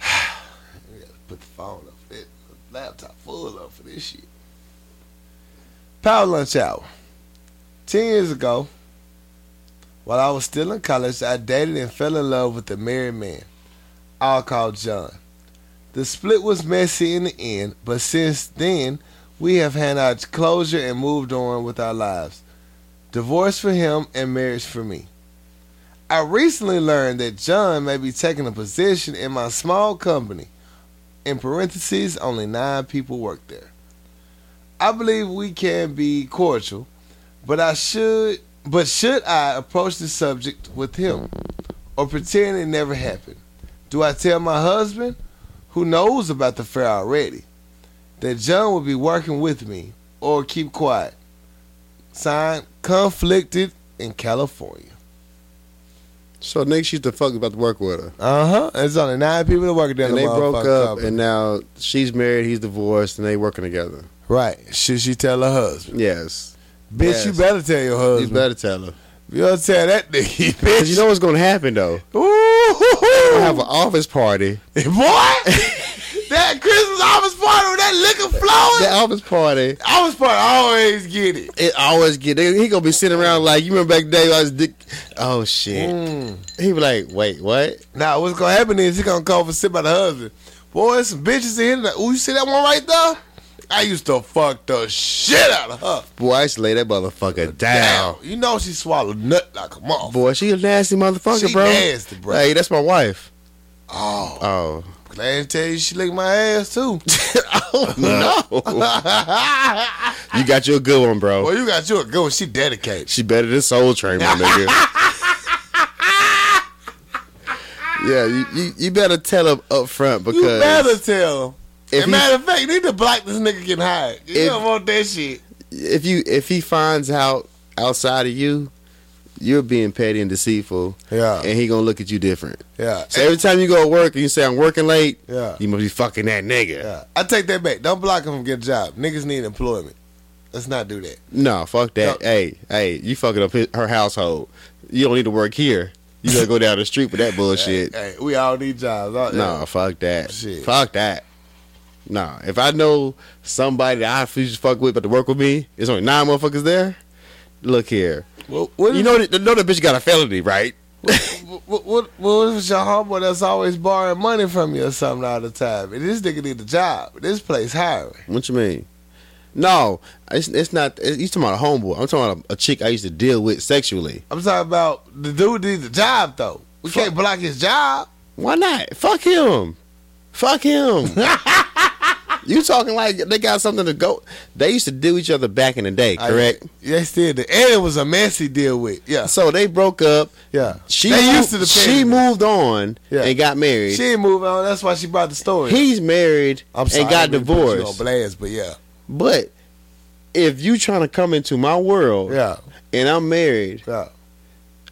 Speaker 2: (sighs) We gotta Put the phone up. for It the laptop full up for this shit. Power lunch hour. Ten years ago, while I was still in college, I dated and fell in love with a married man, all called John. The split was messy in the end, but since then, we have had our closure and moved on with our lives. Divorce for him and marriage for me. I recently learned that John may be taking a position in my small company. In parentheses, only nine people work there. I believe we can be cordial, but I should but should I approach the subject with him or pretend it never happened? Do I tell my husband, who knows about the affair already, that John will be working with me or keep quiet? Signed, conflicted in California.
Speaker 1: So niggas used to fuck about to work with her,
Speaker 2: Uh huh. There's only nine people that work there. in
Speaker 1: and
Speaker 2: the
Speaker 1: they broke
Speaker 2: motherfucking
Speaker 1: up,
Speaker 2: company.
Speaker 1: and now she's married, he's divorced, and they working together.
Speaker 2: right? Should she tell her husband?
Speaker 1: Yes,
Speaker 2: Bitch, you
Speaker 1: Yes.
Speaker 2: better tell your
Speaker 1: you
Speaker 2: husband. You,
Speaker 1: better tell her.
Speaker 2: don't tell that nigga, (laughs)
Speaker 1: Cause
Speaker 2: bitch.
Speaker 1: you know what's gonna happen though.
Speaker 2: Ooh,
Speaker 1: We'll have an office party.
Speaker 2: (laughs) boy. that Christmas office party with that liquor
Speaker 1: The
Speaker 2: flowing.
Speaker 1: office party.
Speaker 2: office party, I always get it.
Speaker 1: It always get they- he gonna be sitting around like you remember back in the day I was dick. Oh shit.
Speaker 2: Mm.
Speaker 1: He be like, wait, what?
Speaker 2: Now, what's gonna happen is he gonna call for sit by the husband. Boy, there's some bitches in here. that- Ooh, you see that one right there? I used to fuck the shit out of her.
Speaker 1: Boy, I used to lay that motherfucker down.
Speaker 2: Damn. You know she swallowed nut like a motherfucker.
Speaker 1: Boy, she a nasty motherfucker,
Speaker 2: She
Speaker 1: bro.
Speaker 2: nasty, bro.
Speaker 1: Hey, that's my wife.
Speaker 2: Oh,
Speaker 1: Oh.
Speaker 2: glad to tell you she licked my
Speaker 1: (laughs)
Speaker 2: ass too.
Speaker 1: oh no.
Speaker 2: well,
Speaker 1: you got you a good one, bro.
Speaker 2: you got you a good one. She dedicated.
Speaker 1: She better than Soul Train, my
Speaker 2: (laughs)
Speaker 1: nigga. yeah, you, you, you better tell him up front because
Speaker 2: You better tell him.
Speaker 1: if
Speaker 2: As a
Speaker 1: he-
Speaker 2: matter of fact, you need to block this nigga getting hired. You
Speaker 1: If-
Speaker 2: don't want that shit.
Speaker 1: if you if he finds out outside of you, you're being petty and deceitful,
Speaker 2: Yeah.
Speaker 1: and he gonna look at you different.
Speaker 2: Yeah.
Speaker 1: So every time you go to work and you say I'm working late,
Speaker 2: Yeah.
Speaker 1: you must be fucking that nigga.
Speaker 2: Yeah. I take that back. Don't block him from getting a job. Niggas need employment. Let's not do that.
Speaker 1: No, fuck that.
Speaker 2: No.
Speaker 1: Hey, hey, you fucking up his, her household. You don't need to work here. You gotta go down the street
Speaker 2: (laughs)
Speaker 1: with that bullshit.
Speaker 2: Hey, we all need jobs. Uh, All-
Speaker 1: No, fuck that.
Speaker 2: Shit.
Speaker 1: Fuck that. No, if I know somebody that I refuse to fuck with, but to work with me, it's only nine motherfuckers there. Look here,
Speaker 2: Well, what
Speaker 1: you
Speaker 2: if-
Speaker 1: know, the, know the bitch got a felony, right?
Speaker 2: what, what, what, what if it's your homeboy that's always borrowing money from you or something all the time? And this nigga need a job. This place hiring.
Speaker 1: What you mean? No, it's it's not. It's, you talking about a homeboy? I'm talking about a, a chick I used to deal with sexually.
Speaker 2: I'm talking about the dude needs a job though. We can't block his job.
Speaker 1: Why not? Fuck him. Fuck
Speaker 2: (laughs)
Speaker 1: him. you talking like they got something to go? They used to do each other back in the day,
Speaker 2: I-
Speaker 1: correct?
Speaker 2: They still did. And it was a mess he deal with. Yeah.
Speaker 1: so they broke up.
Speaker 2: Yeah.
Speaker 1: She
Speaker 2: They
Speaker 1: moved,
Speaker 2: used to the
Speaker 1: she
Speaker 2: pettiness.
Speaker 1: moved on
Speaker 2: Yeah.
Speaker 1: and got married.
Speaker 2: She ain't moving on. That's why she brought the story.
Speaker 1: He's married
Speaker 2: I'm
Speaker 1: and
Speaker 2: sorry.
Speaker 1: got
Speaker 2: I didn't mean to put you
Speaker 1: divorced.
Speaker 2: On blast, but yeah.
Speaker 1: But if you trying to come into my world
Speaker 2: Yeah.
Speaker 1: and I'm married,
Speaker 2: Yeah.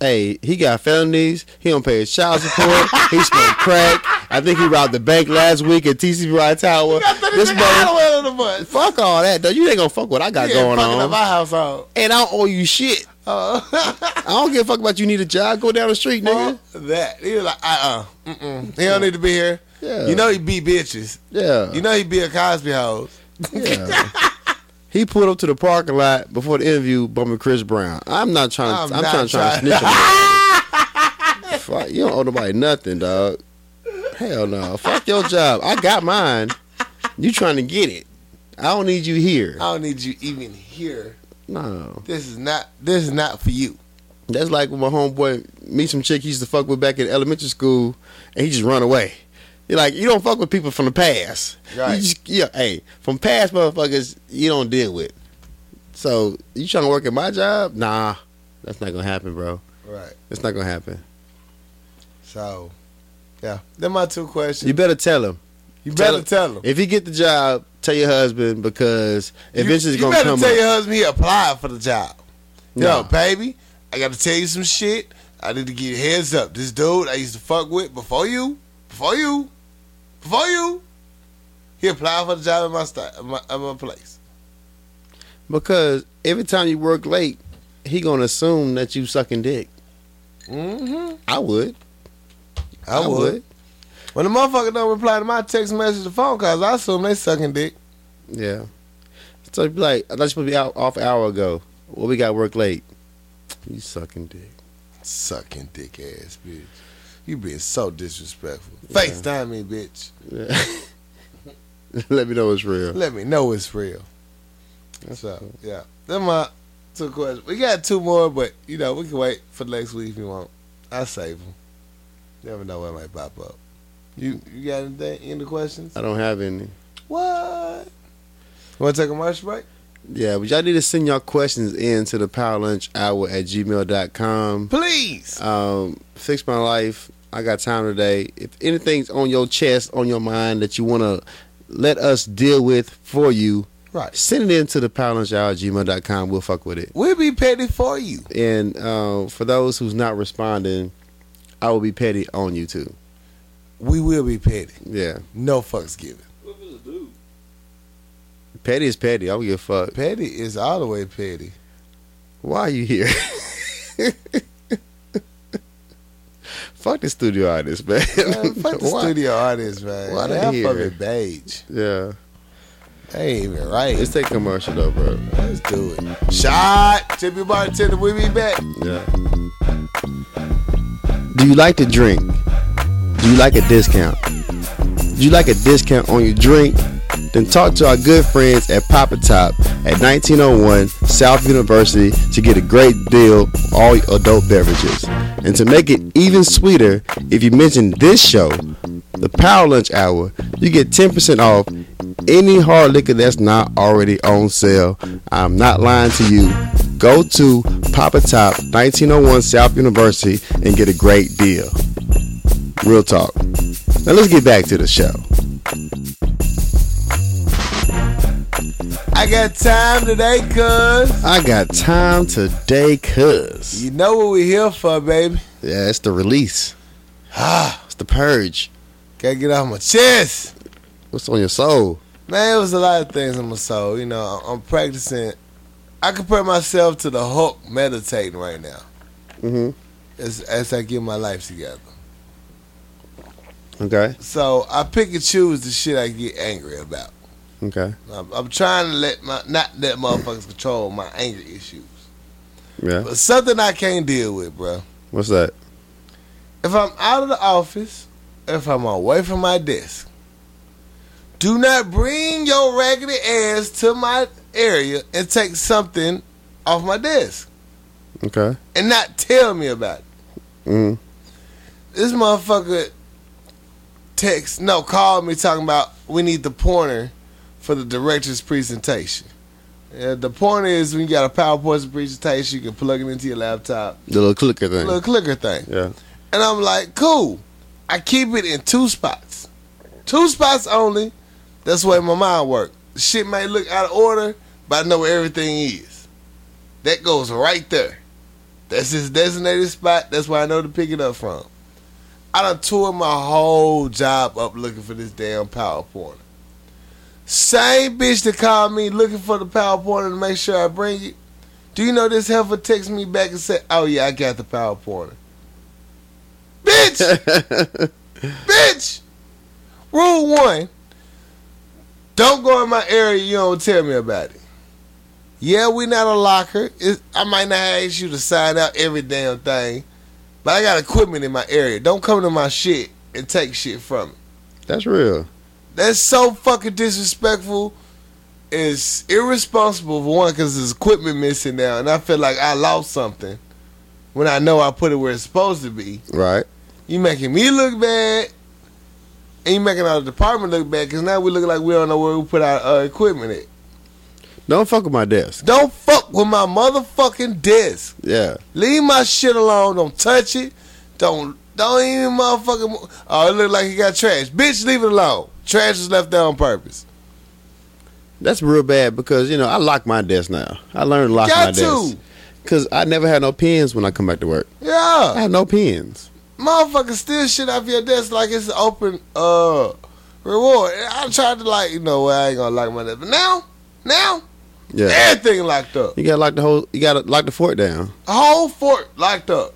Speaker 1: hey, he got felonies. He don't pay his child
Speaker 2: (laughs)
Speaker 1: support. he smoked crack. I think he robbed the bank last week at TC Rye Tower. This brother,
Speaker 2: out of the month.
Speaker 1: fuck all that. Though. You ain't gonna fuck what I got
Speaker 2: Yeah,
Speaker 1: going
Speaker 2: fucking Up
Speaker 1: on.
Speaker 2: my household.
Speaker 1: And I don't owe you shit.
Speaker 2: Uh,
Speaker 1: I don't give a fuck about you need a job. Go down the street, nigga.
Speaker 2: (laughs) that he was like, uh, uh mm-mm. he don't need to be here.
Speaker 1: Yeah. Uh.
Speaker 2: You know he beat bitches.
Speaker 1: Yeah.
Speaker 2: You know he be a Cosby hoes.
Speaker 1: Yeah. he pulled up to the parking lot before the interview, bumping Chris Brown. I'm not trying.
Speaker 2: I'm
Speaker 1: I'm,
Speaker 2: not
Speaker 1: trying, trying to
Speaker 2: trying.
Speaker 1: snitch on
Speaker 2: (laughs)
Speaker 1: you. Fuck, you don't owe nobody nothing, dog. Hell no. Fuck your job. I got mine. You trying to get it? I don't need you here.
Speaker 2: I don't need you even here.
Speaker 1: No,
Speaker 2: This is not. This is not for you.
Speaker 1: that's like when my homeboy meet some chick he used to fuck with back in elementary school, and he just run away. You're like, you don't fuck with people from the past.
Speaker 2: Right.
Speaker 1: You just, yeah, hey, from past motherfuckers, you don't deal with. So you trying to work at my job? Nah, that's not gonna happen, bro.
Speaker 2: Right.
Speaker 1: That's not gonna happen.
Speaker 2: So, yeah. Then my two questions.
Speaker 1: You
Speaker 2: You,
Speaker 1: better tell him.
Speaker 2: better
Speaker 1: him.
Speaker 2: tell him.
Speaker 1: If he get the job, tell your husband because eventually it's
Speaker 2: you, you
Speaker 1: gonna
Speaker 2: better
Speaker 1: come
Speaker 2: tell
Speaker 1: up.
Speaker 2: your husband he applied for the job. Yo,
Speaker 1: No.
Speaker 2: baby, I got to tell you some shit. I need to give you a heads up. This dude I used to fuck with before you, before you, before you, he applied for the job at my, sti- at my, at my place.
Speaker 1: because every time you work late, he gonna assume that you sucking dick.
Speaker 2: Mm-hmm.
Speaker 1: I would.
Speaker 2: I, would. When the motherfucker don't reply to my text message or phone calls, I assume they sucking dick.
Speaker 1: Yeah. So it'd be like, I thought you supposed to be out off an hour ago. Well, we got work late. You sucking dick.
Speaker 2: Sucking dick ass, bitch. You being so disrespectful. FaceTime me, bitch.
Speaker 1: Yeah. (laughs) Let me know it's real.
Speaker 2: Let me know it's real. so yeah, then my two questions. We got two more, but you know we can wait for next week if you want. I save them. Never know what might pop up. You you got anything? Any questions?
Speaker 1: I don't have any.
Speaker 2: What? Want to take a commercial break?
Speaker 1: Yeah, but y'all need to send y'all questions in to the power lunch hour at gmail.com.
Speaker 2: Please.
Speaker 1: Um, fix my life. I got time today. If anything's on your chest, on your mind that you want to let us deal with for you,
Speaker 2: Right.
Speaker 1: send it in to the power lunch hour at gmail.com. We'll fuck with it.
Speaker 2: We'll be petty for you.
Speaker 1: And uh, for those who's not responding, I will be petty on you too.
Speaker 2: We will be petty.
Speaker 1: Yeah,
Speaker 2: No fucks given.
Speaker 1: petty is petty. I don't give a fuck.
Speaker 2: Petty is all the
Speaker 1: (laughs)
Speaker 2: way petty.
Speaker 1: Why are you here? (laughs) fuck the studio artist, man.
Speaker 2: Man, fuck the
Speaker 1: (laughs) Why-
Speaker 2: studio artists, man.
Speaker 1: why they
Speaker 2: Half
Speaker 1: here?
Speaker 2: of it beige.
Speaker 1: Yeah,
Speaker 2: They ain't even right.
Speaker 1: let's take commercial though, bro.
Speaker 2: Let's do it. Shot. Tip your bartender. We be back.
Speaker 1: Yeah. Do you like to drink? Do you like a discount? Do you like a discount on your drink? Then talk to our good friends at Papa Top at 1901 South University to get a great deal on all adult beverages. And to make it even sweeter, if you mention this show, the Power Lunch Hour, you get 10% off any hard liquor that's not already on sale. I'm not lying to you. Go to Papa Top 1901 South University and get a great deal. Real talk. Now let's get back to the show.
Speaker 2: Hey, I got time today, cuz.
Speaker 1: I got time today, cuz.
Speaker 2: You know what we're here for, baby.
Speaker 1: Yeah, it's the release. (gasps)
Speaker 2: Ah,
Speaker 1: It's the purge.
Speaker 2: gotta get off my chest.
Speaker 1: What's on your soul?
Speaker 2: Man, it was a lot of things in my soul. You know, I'm practicing. I compare myself to the Hulk meditating right now
Speaker 1: Mm-hmm.
Speaker 2: as, as I get my life together.
Speaker 1: Okay.
Speaker 2: So I pick and choose the shit I get angry about.
Speaker 1: Okay.
Speaker 2: I'm, I'm trying to let my not let motherfuckers control my anger issues,
Speaker 1: Yeah.
Speaker 2: but something I can't deal with, bro.
Speaker 1: What's that?
Speaker 2: If I'm out of the office, if I'm away from my desk, do not bring your raggedy ass to my area and take something off my desk
Speaker 1: Okay.
Speaker 2: and not tell me about it.
Speaker 1: Mm.
Speaker 2: This motherfucker text no called me talking about we need the pointer for the director's presentation. Yeah, the pointer is when you got a PowerPoint presentation, you can plug it into your laptop,
Speaker 1: The little clicker thing.
Speaker 2: little clicker thing.
Speaker 1: Yeah. (laughs)
Speaker 2: And I'm like, cool. I keep it in two spots. Two spots only. That's the way my mind works. Shit may look out of order, but I know where everything is. That goes right there. That's his designated spot. That's where I know to pick it up from. I done tore my whole job up looking for this damn PowerPoint. Same bitch that called me looking for the PowerPoint to make sure I bring it. Do you know this heifer text me back and said, "Oh yeah, I got the PowerPoint." Bitch. Bitch! Rule one don't go in my area, you don't tell me about it. Yeah, we not a locker. It, I might not ask you to sign out every damn thing, but I got equipment in my area. Don't come to my shit and take shit from me.
Speaker 1: That's real.
Speaker 2: That's so fucking disrespectful. It's irresponsible for one because there's equipment missing now, and I feel like I lost something when I know I put it where it's supposed to be.
Speaker 1: Right.
Speaker 2: You making me look bad, and you making our department look bad because now we look like we don't know where we put our uh, equipment at.
Speaker 1: Don't fuck with my desk.
Speaker 2: Don't fuck with my motherfucking desk.
Speaker 1: Yeah.
Speaker 2: Leave my shit alone. Don't touch it. Don't don't even motherfucking. mo- Oh, it look like he got trash. Bitch, leave it alone. Trash was left there on purpose.
Speaker 1: That's real bad because you know I lock my desk now. I learned to lock
Speaker 2: Got
Speaker 1: my
Speaker 2: to.
Speaker 1: desk because I never had no pens when I come back to work. I
Speaker 2: Yeah,
Speaker 1: have no pens.
Speaker 2: motherfucker, steal shit off your desk like it's an open uh reward. And I tried to like, you know, well, I ain't gonna lock my desk, but now, now
Speaker 1: Yeah.
Speaker 2: everything locked up.
Speaker 1: You gotta lock the whole. You gotta lock the fort down.
Speaker 2: Whole fort locked up.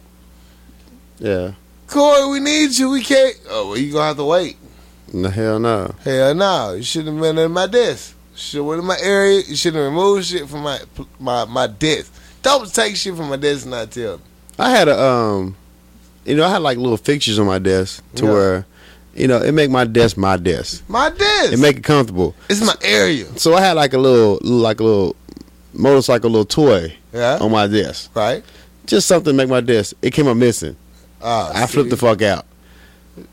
Speaker 1: Yeah.
Speaker 2: Corey, we need you. We can't. Oh, well, you gonna have to wait.
Speaker 1: No hell no.
Speaker 2: Hell no, you shouldn't have been in my desk. Should went in my area. You shouldn't have removed shit from my my my desk. Don't take shit from my desk and not tell me.
Speaker 1: I had a um, you know I had like little fixtures on my desk to
Speaker 2: Yeah.
Speaker 1: where, you know, it make my desk my desk.
Speaker 2: My desk.
Speaker 1: It make it comfortable.
Speaker 2: it's my area.
Speaker 1: So I had like a little like a little motorcycle little toy
Speaker 2: Yeah.
Speaker 1: on my desk.
Speaker 2: right.
Speaker 1: Just something to make my desk. It came up missing.
Speaker 2: Oh,
Speaker 1: I
Speaker 2: see?
Speaker 1: flipped the fuck out.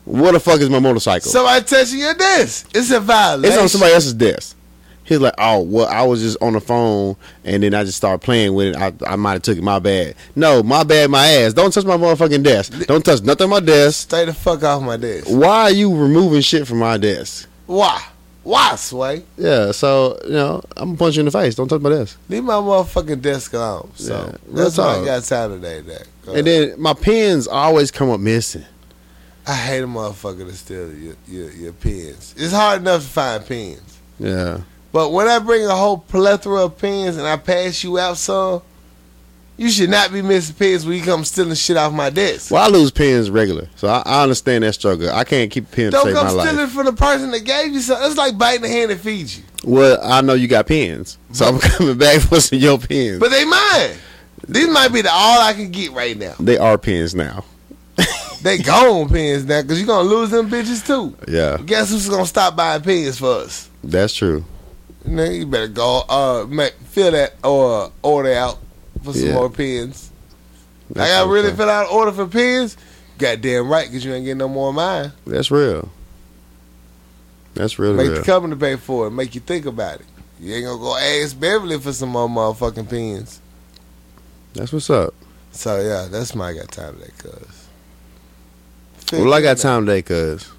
Speaker 1: What the fuck is my motorcycle?
Speaker 2: Somebody touching your desk. It's a violation.
Speaker 1: it's on somebody else's desk. He's like, oh, well, I was just on the phone and then I just started playing with it. I, I might have took it. My bad. No, my bad, my ass. Don't touch my motherfucking desk. Don't touch nothing on my desk.
Speaker 2: Stay the fuck off my desk.
Speaker 1: Why are you removing shit from my desk?
Speaker 2: Why? Why, Sway?
Speaker 1: Yeah, so, you know, I'm going to punch you in the face. Don't touch my desk.
Speaker 2: Leave my motherfucking desk alone. So
Speaker 1: Yeah, real
Speaker 2: that's why I
Speaker 1: talk.
Speaker 2: got time today. That
Speaker 1: And then my pens always come up missing.
Speaker 2: I hate a motherfucker to steal your, your your pens. It's hard enough to find pens.
Speaker 1: Yeah.
Speaker 2: But when I bring a whole plethora of pens and I pass you out some, you should not be missing pens when you come stealing shit off my desk.
Speaker 1: Well, I lose pens regular, so I, I understand that struggle. I can't keep a pen to
Speaker 2: Don't
Speaker 1: save my
Speaker 2: come stealing
Speaker 1: life.
Speaker 2: from the person that gave you something. It's like biting the hand that feeds you.
Speaker 1: Well, I know you got pens, so I'm (laughs) coming back for some of your pens.
Speaker 2: But they mine. These might be the all I can get right now.
Speaker 1: they are pens now.
Speaker 2: They gone pens now because you're going to lose them bitches too.
Speaker 1: Yeah,
Speaker 2: Guess who's going to stop buying pens for us?
Speaker 1: that's true.
Speaker 2: Nigga, you better go uh, make, fill that or order out for some
Speaker 1: Yeah.
Speaker 2: more pens.
Speaker 1: That's
Speaker 2: I got to really
Speaker 1: okay.
Speaker 2: fill out an order for pens? Goddamn right because you ain't getting no more of mine.
Speaker 1: That's real. That's real.
Speaker 2: Make
Speaker 1: real.
Speaker 2: the company pay for it. Make you think about it. You ain't gonna go ask Beverly for some more motherfucking pins.
Speaker 1: That's what's up.
Speaker 2: So yeah, that's my I got time today, cuz.
Speaker 1: Well, I got time today, cuz.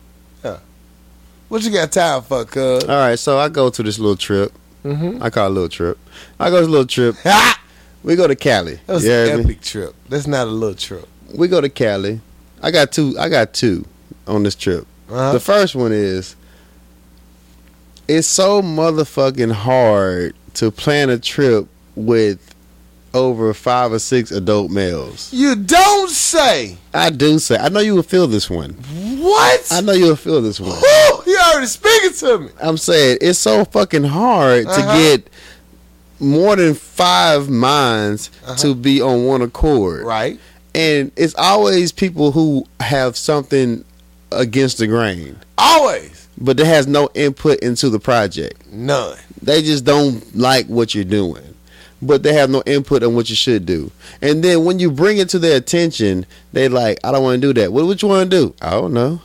Speaker 2: What you got time for, cuz?
Speaker 1: All right, so I go to this little trip.
Speaker 2: (laughs) Mm-hmm.
Speaker 1: I call it a little trip. I go to Little Trip.
Speaker 2: Ah!
Speaker 1: We go to Cali.
Speaker 2: That was
Speaker 1: You hear
Speaker 2: an
Speaker 1: me?
Speaker 2: epic trip. That's not a little trip.
Speaker 1: We go to Cali. I got two. I got two on this trip.
Speaker 2: Uh-huh.
Speaker 1: The first one is it's so motherfucking hard to plan a trip with over five or six adult males.
Speaker 2: you don't say
Speaker 1: I do say I know you will feel this one.
Speaker 2: what?
Speaker 1: I know you'll feel this
Speaker 2: (laughs)
Speaker 1: one.
Speaker 2: Woo! You already speaking to me.
Speaker 1: I'm saying it's so fucking hard
Speaker 2: Uh-huh.
Speaker 1: to get more than five minds
Speaker 2: Uh-huh.
Speaker 1: to be on one accord.
Speaker 2: Right.
Speaker 1: And it's always people who have something against the grain,
Speaker 2: Always.
Speaker 1: but that has no input into the project.
Speaker 2: None.
Speaker 1: They just don't like what you're doing, but they have no input on what you should do. And then when you bring it to their attention, they like, I don't want to do that. What, what you want to do? I don't know.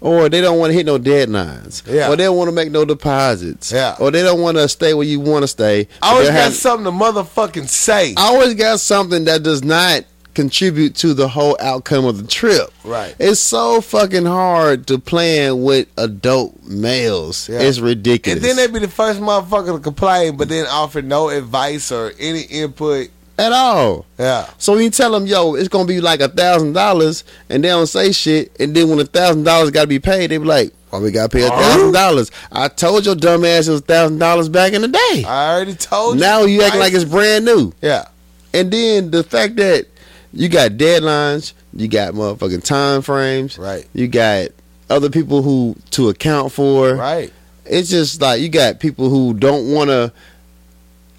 Speaker 1: Or they don't want to hit no deadlines.
Speaker 2: Yeah.
Speaker 1: Or they don't want to make no deposits.
Speaker 2: Yeah.
Speaker 1: Or they don't want to stay where you want to stay.
Speaker 2: I always
Speaker 1: They'll
Speaker 2: got
Speaker 1: have-
Speaker 2: something to motherfucking say.
Speaker 1: I always got something that does not contribute to the whole outcome of the trip.
Speaker 2: Right.
Speaker 1: It's so fucking hard to plan with adult males.
Speaker 2: Yeah.
Speaker 1: It's ridiculous.
Speaker 2: And then they be the first motherfucker to complain, but then offer no advice or any input.
Speaker 1: at all.
Speaker 2: Yeah.
Speaker 1: So when you tell them, yo, it's gonna be like a thousand dollars, and they don't say shit, and then when a thousand dollars got to be paid, they be like, "Why we got to pay a thousand dollars? I told your dumb ass it was thousand dollars back in the day.
Speaker 2: I already told you.
Speaker 1: Now you acting
Speaker 2: Right?
Speaker 1: like it's brand new."
Speaker 2: Yeah.
Speaker 1: And then the fact that you got deadlines, you got motherfucking time frames,
Speaker 2: Right.
Speaker 1: you got other people who to account for.
Speaker 2: Right.
Speaker 1: It's just like you got people who don't want to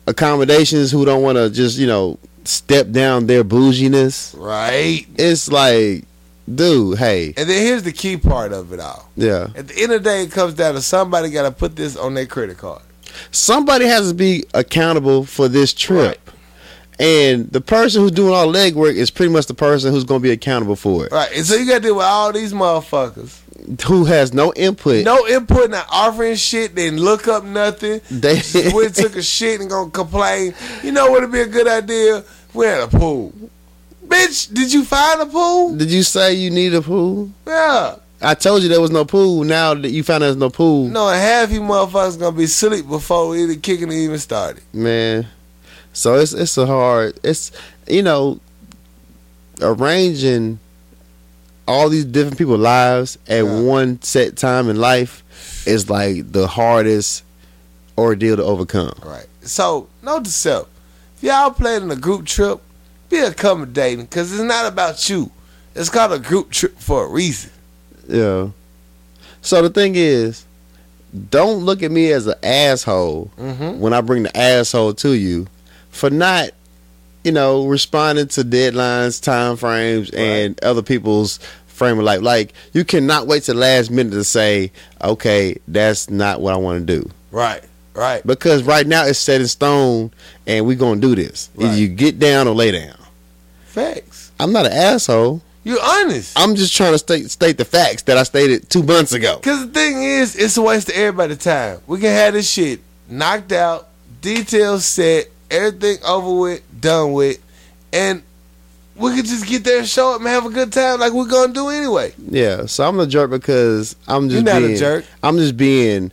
Speaker 1: accommodations, who don't want to just you know step down their bouginess
Speaker 2: Right.
Speaker 1: it's like, dude, hey,
Speaker 2: And then here's the key part of it all.
Speaker 1: yeah,
Speaker 2: At the end of the day, it comes down to somebody got to put this on their credit card.
Speaker 1: somebody has to be accountable for this trip. And the person who's doing all the legwork is pretty much the person who's going to be accountable for it,
Speaker 2: Right. And so you got to deal with all these motherfuckers.
Speaker 1: who has no input.
Speaker 2: No input, not offering shit, didn't look up nothing.
Speaker 1: They-
Speaker 2: Just (laughs) went took a shit and gonna complain. You know what'd be a good idea? We had a pool. Bitch, did you find a pool?
Speaker 1: Did you say you need a pool?
Speaker 2: Yeah.
Speaker 1: I told you there was no pool. Now that you found there's no pool,
Speaker 2: No, and half you motherfuckers gonna be asleep before we even kicking it even started.
Speaker 1: man. So it's it's a hard. It's you know arranging all these different people's lives at
Speaker 2: Yeah.
Speaker 1: one set time in life is like the hardest ordeal to overcome.
Speaker 2: Right. So, note to self. If y'all planning a group trip, be accommodating, cause it's not about you. It's called a group trip for a reason.
Speaker 1: Yeah. So the thing is, don't look at me as an asshole
Speaker 2: Mm-hmm.
Speaker 1: when I bring the asshole to you for not, you know, responding to deadlines, time frames, and other people's frame of life. Like you cannot wait till last minute to say, okay, that's not what I want to do.
Speaker 2: Right. Right.
Speaker 1: Because right now it's set in stone and we're gonna do this.
Speaker 2: Right.
Speaker 1: Either you get down or lay down.
Speaker 2: Facts.
Speaker 1: I'm not an asshole.
Speaker 2: You honest.
Speaker 1: I'm just trying to state state the facts that I stated two months ago.
Speaker 2: Cause the thing is, it's a waste of everybody's time. We can have this shit knocked out, details set, everything over with, done with, and we could just get there, and show up, and have a good time like we're gonna do anyway.
Speaker 1: Yeah, so I'm the jerk because I'm
Speaker 2: You're
Speaker 1: just
Speaker 2: not
Speaker 1: being
Speaker 2: a jerk.
Speaker 1: I'm just being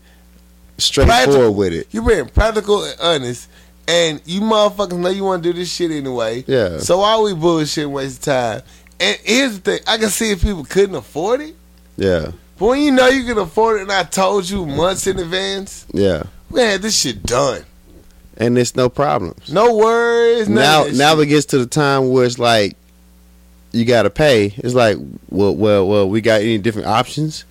Speaker 2: Practical.
Speaker 1: straightforward with it.
Speaker 2: You're being practical and honest, and you motherfuckers know you want to do this shit anyway.
Speaker 1: Yeah.
Speaker 2: So why we bullshitting, waste time? And here's the thing: I can see if people couldn't afford it,
Speaker 1: Yeah.
Speaker 2: but when you know you can afford it, and I told you months in advance,
Speaker 1: Yeah.
Speaker 2: we had this shit done.
Speaker 1: and it's no problems.
Speaker 2: No worries. none of
Speaker 1: Now,
Speaker 2: that
Speaker 1: now
Speaker 2: shit.
Speaker 1: it gets to the time where it's like you got to pay. It's like, well, well, well, we got any different options?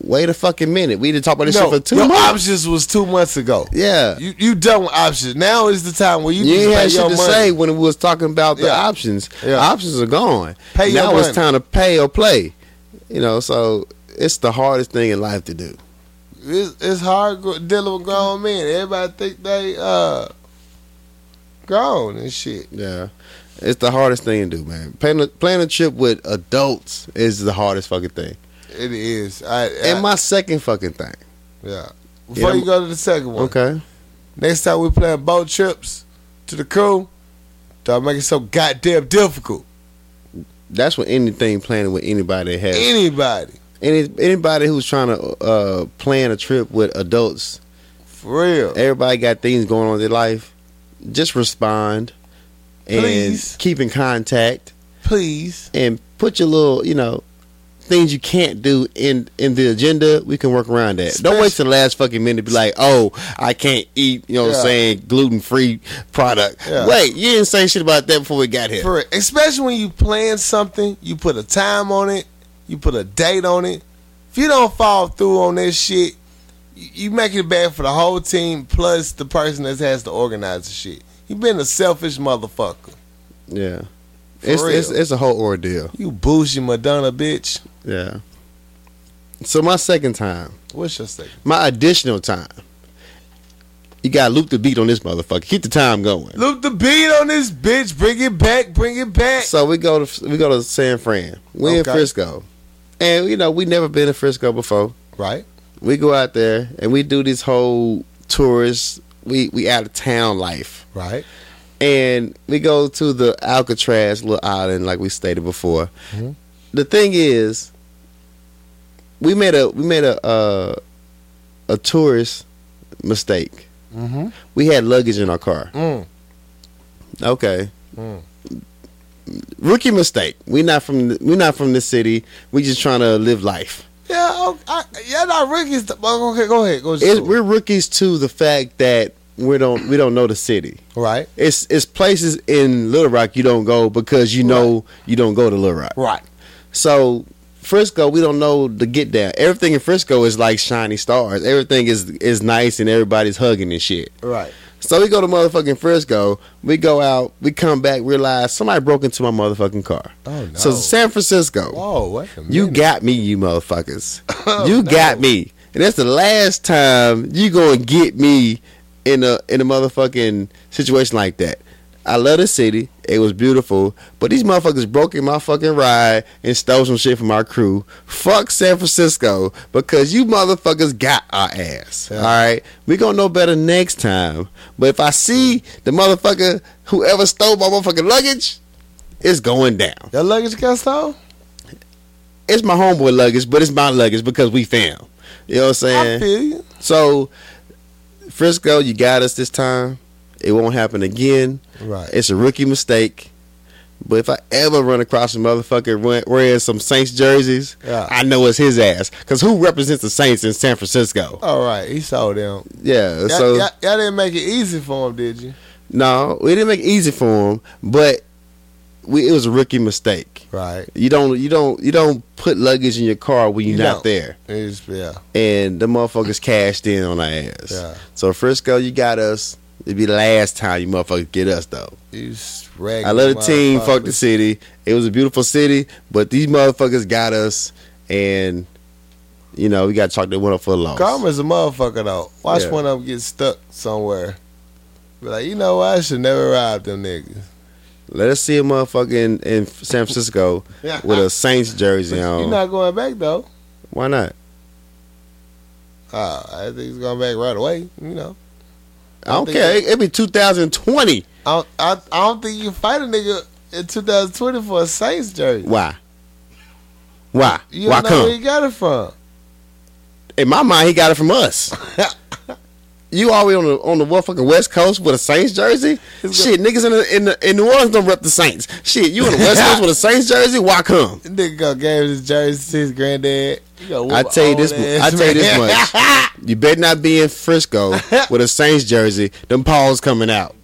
Speaker 1: Wait a fucking minute. We didn't talk about this
Speaker 2: no,
Speaker 1: shit for two
Speaker 2: your
Speaker 1: months.
Speaker 2: options was two months ago.
Speaker 1: yeah, you,
Speaker 2: You you done with options. Now is the time where you, need
Speaker 1: ain't
Speaker 2: to pay
Speaker 1: had shit
Speaker 2: your
Speaker 1: to
Speaker 2: money.
Speaker 1: say when we was talking about the
Speaker 2: Yeah.
Speaker 1: options.
Speaker 2: Yeah.
Speaker 1: Options are gone.
Speaker 2: Pay your
Speaker 1: now
Speaker 2: money.
Speaker 1: it's time to pay or play. You know, so it's the hardest thing in life to do.
Speaker 2: It's, it's hard gro- dealing with grown men. Everybody think they uh grown and shit.
Speaker 1: Yeah. It's the hardest thing to do, man. Plan a, plan a trip with adults is the hardest fucking thing.
Speaker 2: It is. I, I,
Speaker 1: and my second fucking thing.
Speaker 2: yeah. Before
Speaker 1: Yeah,
Speaker 2: you go to the second one,
Speaker 1: Okay.
Speaker 2: next time we plan boat trips to the crew, don't make it so goddamn difficult.
Speaker 1: That's what anything planning with anybody has.
Speaker 2: Anybody,
Speaker 1: Any anybody who's trying to uh, plan a trip with adults
Speaker 2: For real.
Speaker 1: Everybody got things going on in their life. Just respond and
Speaker 2: Please.
Speaker 1: keep in contact
Speaker 2: Please.
Speaker 1: and put your little, you know, things you can't do in in the agenda. We can work around that. Don't wait till the last fucking minute to be like, oh, I can't eat, you know what
Speaker 2: Yeah.
Speaker 1: I'm saying, gluten free product.
Speaker 2: Yeah.
Speaker 1: Wait, you didn't say shit about that before we got here.
Speaker 2: For real. Especially when you plan something, you put a time on it, you put a date on it. If you don't follow through on that shit, you, you make it bad for the whole team plus the person that has to organize the shit. you been a selfish motherfucker.
Speaker 1: yeah. It's, it's
Speaker 2: real.
Speaker 1: it's a whole ordeal.
Speaker 2: You bougie Madonna bitch.
Speaker 1: Yeah. So my second time.
Speaker 2: What's your second?
Speaker 1: my additional time. You got to loop the beat on this motherfucker. Keep the time going.
Speaker 2: Loop the beat on this bitch. Bring it back. Bring it back.
Speaker 1: So we go to we go to San Fran. We in
Speaker 2: Okay.
Speaker 1: Frisco, and you know we never been to Frisco before.
Speaker 2: Right?
Speaker 1: We go out there and we do this whole tourist we we out of town life,
Speaker 2: Right.
Speaker 1: and we go to the Alcatraz little island like we stated before.
Speaker 2: Mhm.
Speaker 1: The thing is, we made a we made a uh, a tourist mistake.
Speaker 2: Mm-hmm.
Speaker 1: We had luggage in our car.
Speaker 2: Mm.
Speaker 1: Okay.
Speaker 2: Mm.
Speaker 1: Rookie mistake. We not from th- we not from this city. We just trying to live life.
Speaker 2: Yeah, okay, I, yeah, not Ricky's. The, well, okay, go ahead. Go
Speaker 1: It's,
Speaker 2: ahead.
Speaker 1: we're rookies to the fact that we don't we don't know the city.
Speaker 2: Right.
Speaker 1: It's it's places in Little Rock you don't go because you know you don't go to Little Rock.
Speaker 2: Right.
Speaker 1: So Frisco, we don't know the get down. Everything in Frisco is like shiny stars. Everything is is nice and everybody's hugging and shit.
Speaker 2: Right.
Speaker 1: So we go to motherfucking Frisco. We go out. We come back. Realize somebody broke into my motherfucking car.
Speaker 2: Oh, no.
Speaker 1: So San Francisco,
Speaker 2: Whoa, wait a minute.
Speaker 1: you got me, you motherfuckers. you got me, and that's the last time you gonna get me in a in a motherfucking situation like that. I love the city. It was beautiful, but these motherfuckers broke in my fucking ride and stole some shit from our crew. Fuck San Francisco because you motherfuckers got our ass.
Speaker 2: Yeah.
Speaker 1: All right, we gonna know better next time. But if I see the motherfucker whoever stole my motherfucking luggage, it's going down.
Speaker 2: Your luggage got stolen?
Speaker 1: It's my homeboy luggage, but it's my luggage because we fam. You know what I'm
Speaker 2: I
Speaker 1: saying?
Speaker 2: feel you.
Speaker 1: So, Frisco, you got us this time. It won't happen again.
Speaker 2: Right.
Speaker 1: It's a rookie mistake. But if I ever run across a motherfucker run- wearing some Saints jerseys,
Speaker 2: Yeah.
Speaker 1: I know it's his ass. Because who represents the Saints in San Francisco?
Speaker 2: All right, he sold them.
Speaker 1: Yeah.
Speaker 2: Y'all,
Speaker 1: so,
Speaker 2: y'all, y'all didn't make it easy for him, did you?
Speaker 1: no, we didn't make it easy for him, but we, it was a rookie mistake.
Speaker 2: Right.
Speaker 1: You don't, you don't, you don't put luggage in your car when you're
Speaker 2: You
Speaker 1: not
Speaker 2: don't.
Speaker 1: there.
Speaker 2: It's, yeah.
Speaker 1: and the motherfuckers cashed in on our ass.
Speaker 2: Yeah.
Speaker 1: So Frisco, you got us. It'd be the last time you motherfuckers get us though.
Speaker 2: You ragged.
Speaker 1: I love the team. Fuck the
Speaker 2: motherfucker.
Speaker 1: city. It was a beautiful city, but these motherfuckers got us, and you know we got to chalk that one up for a loss.
Speaker 2: Karma's a motherfucker, though. Watch
Speaker 1: Yeah.
Speaker 2: one of them get stuck somewhere. Be like, you know what? I should never rob them niggas.
Speaker 1: Let us see a motherfucker in, in San Francisco
Speaker 2: Yeah.
Speaker 1: with a Saints jersey
Speaker 2: You're
Speaker 1: on.
Speaker 2: not going back, though.
Speaker 1: Why not?
Speaker 2: Uh, I think he's going back right away, you know.
Speaker 1: I don't
Speaker 2: think
Speaker 1: care. It- It'd be 2020.
Speaker 2: I don't, I, I don't think you fight a nigga in 2020 for a Saints jersey.
Speaker 1: Why? Why?
Speaker 2: You
Speaker 1: Why
Speaker 2: don't know
Speaker 1: come?
Speaker 2: where you got
Speaker 1: (laughs)
Speaker 2: it from.
Speaker 1: in my mind, he got it from us. you already on the on the motherfucking West Coast with a Saints jersey? Shit, niggas in the, in the, in New Orleans don't rep the Saints. Shit, you on
Speaker 2: (laughs)
Speaker 1: the West Coast with a Saints jersey? Why come?
Speaker 2: This nigga gonna gave his jersey to his granddad. You gonna whoop
Speaker 1: I tell you
Speaker 2: an
Speaker 1: this,
Speaker 2: old
Speaker 1: mu- I
Speaker 2: ass
Speaker 1: tell you this
Speaker 2: man. (laughs)
Speaker 1: (laughs) much: you better not be in Frisco with a Saints jersey. Them paws coming out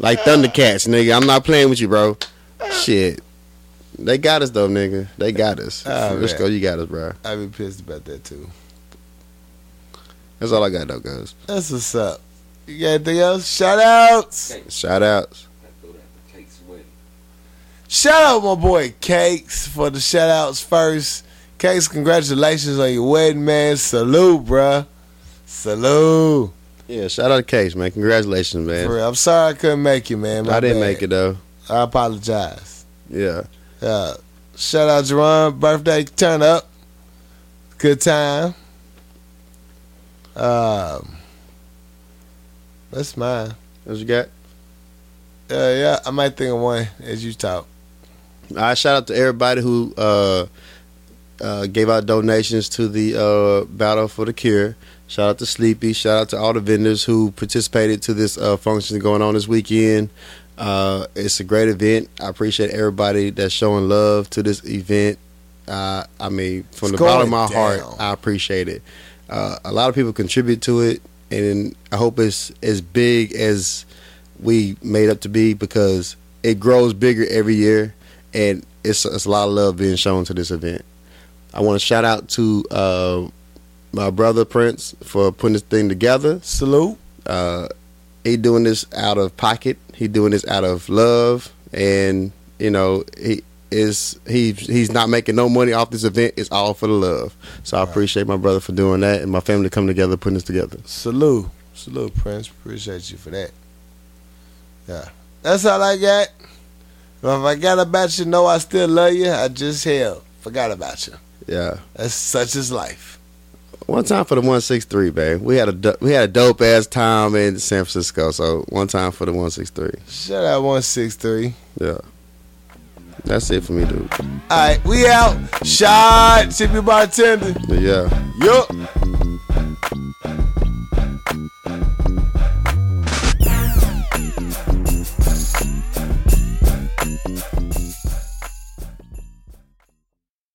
Speaker 1: like Thundercats, nigga. I'm not playing with you, bro. Shit, they got us though, nigga. They got us.
Speaker 2: Oh, man.
Speaker 1: Frisco, you got us, bro.
Speaker 2: I'd be pissed about that too.
Speaker 1: That's all I got though, guys.
Speaker 2: That's what's up. You got anything else? Shout outs.
Speaker 1: Shout outs.
Speaker 2: Shout out my boy Cakes for the shout outs first. Cakes, congratulations on your wedding, man. Salute, bruh. Salute.
Speaker 1: Yeah, shout out to Case, man. Congratulations, man.
Speaker 2: For real. I'm sorry I couldn't make you, man. My
Speaker 1: I didn't
Speaker 2: bad.
Speaker 1: make it though.
Speaker 2: I apologize.
Speaker 1: Yeah.
Speaker 2: Uh, shout out Jerome, birthday turn up, good time. Um, that's mine.
Speaker 1: What you got?
Speaker 2: Yeah, yeah. I might think of one as you talk.
Speaker 1: I shout out to everybody who uh, uh, gave out donations to the uh, Battle for the Cure. Shout out to Sleepy. Shout out to all the vendors who participated to this uh, function going on this weekend. Uh, it's a great event. I appreciate everybody that's showing love to this event. Uh, I mean, from
Speaker 2: It's
Speaker 1: the bottom
Speaker 2: going
Speaker 1: of my
Speaker 2: down.
Speaker 1: heart, I appreciate it. Uh, a lot of people contribute to it, and I hope it's as big as we made up to be because it grows bigger every year, and it's, it's a lot of love being shown to this event. I want to shout out to uh, my brother Prince for putting this thing together.
Speaker 2: Salute.
Speaker 1: Uh, he doing this out of pocket. He doing this out of love, and you know he is he he's not making no money off this event. It's all for the love. So I appreciate my brother for doing that, and my family coming together putting this together.
Speaker 2: Salute. Salute, Prince. Appreciate you for that. Yeah. That's all I got. If I got about you, know I still love you. I just hell forgot about you.
Speaker 1: Yeah.
Speaker 2: That's such is life.
Speaker 1: One time for the one six three, babe. We had a do- we had a dope ass time in San Francisco. So one time for the one six three.
Speaker 2: Shut out 163.
Speaker 1: Yeah. That's it for me, dude.
Speaker 2: All right, we out. Shot, tippy bartender.
Speaker 1: But yeah.
Speaker 2: Yup.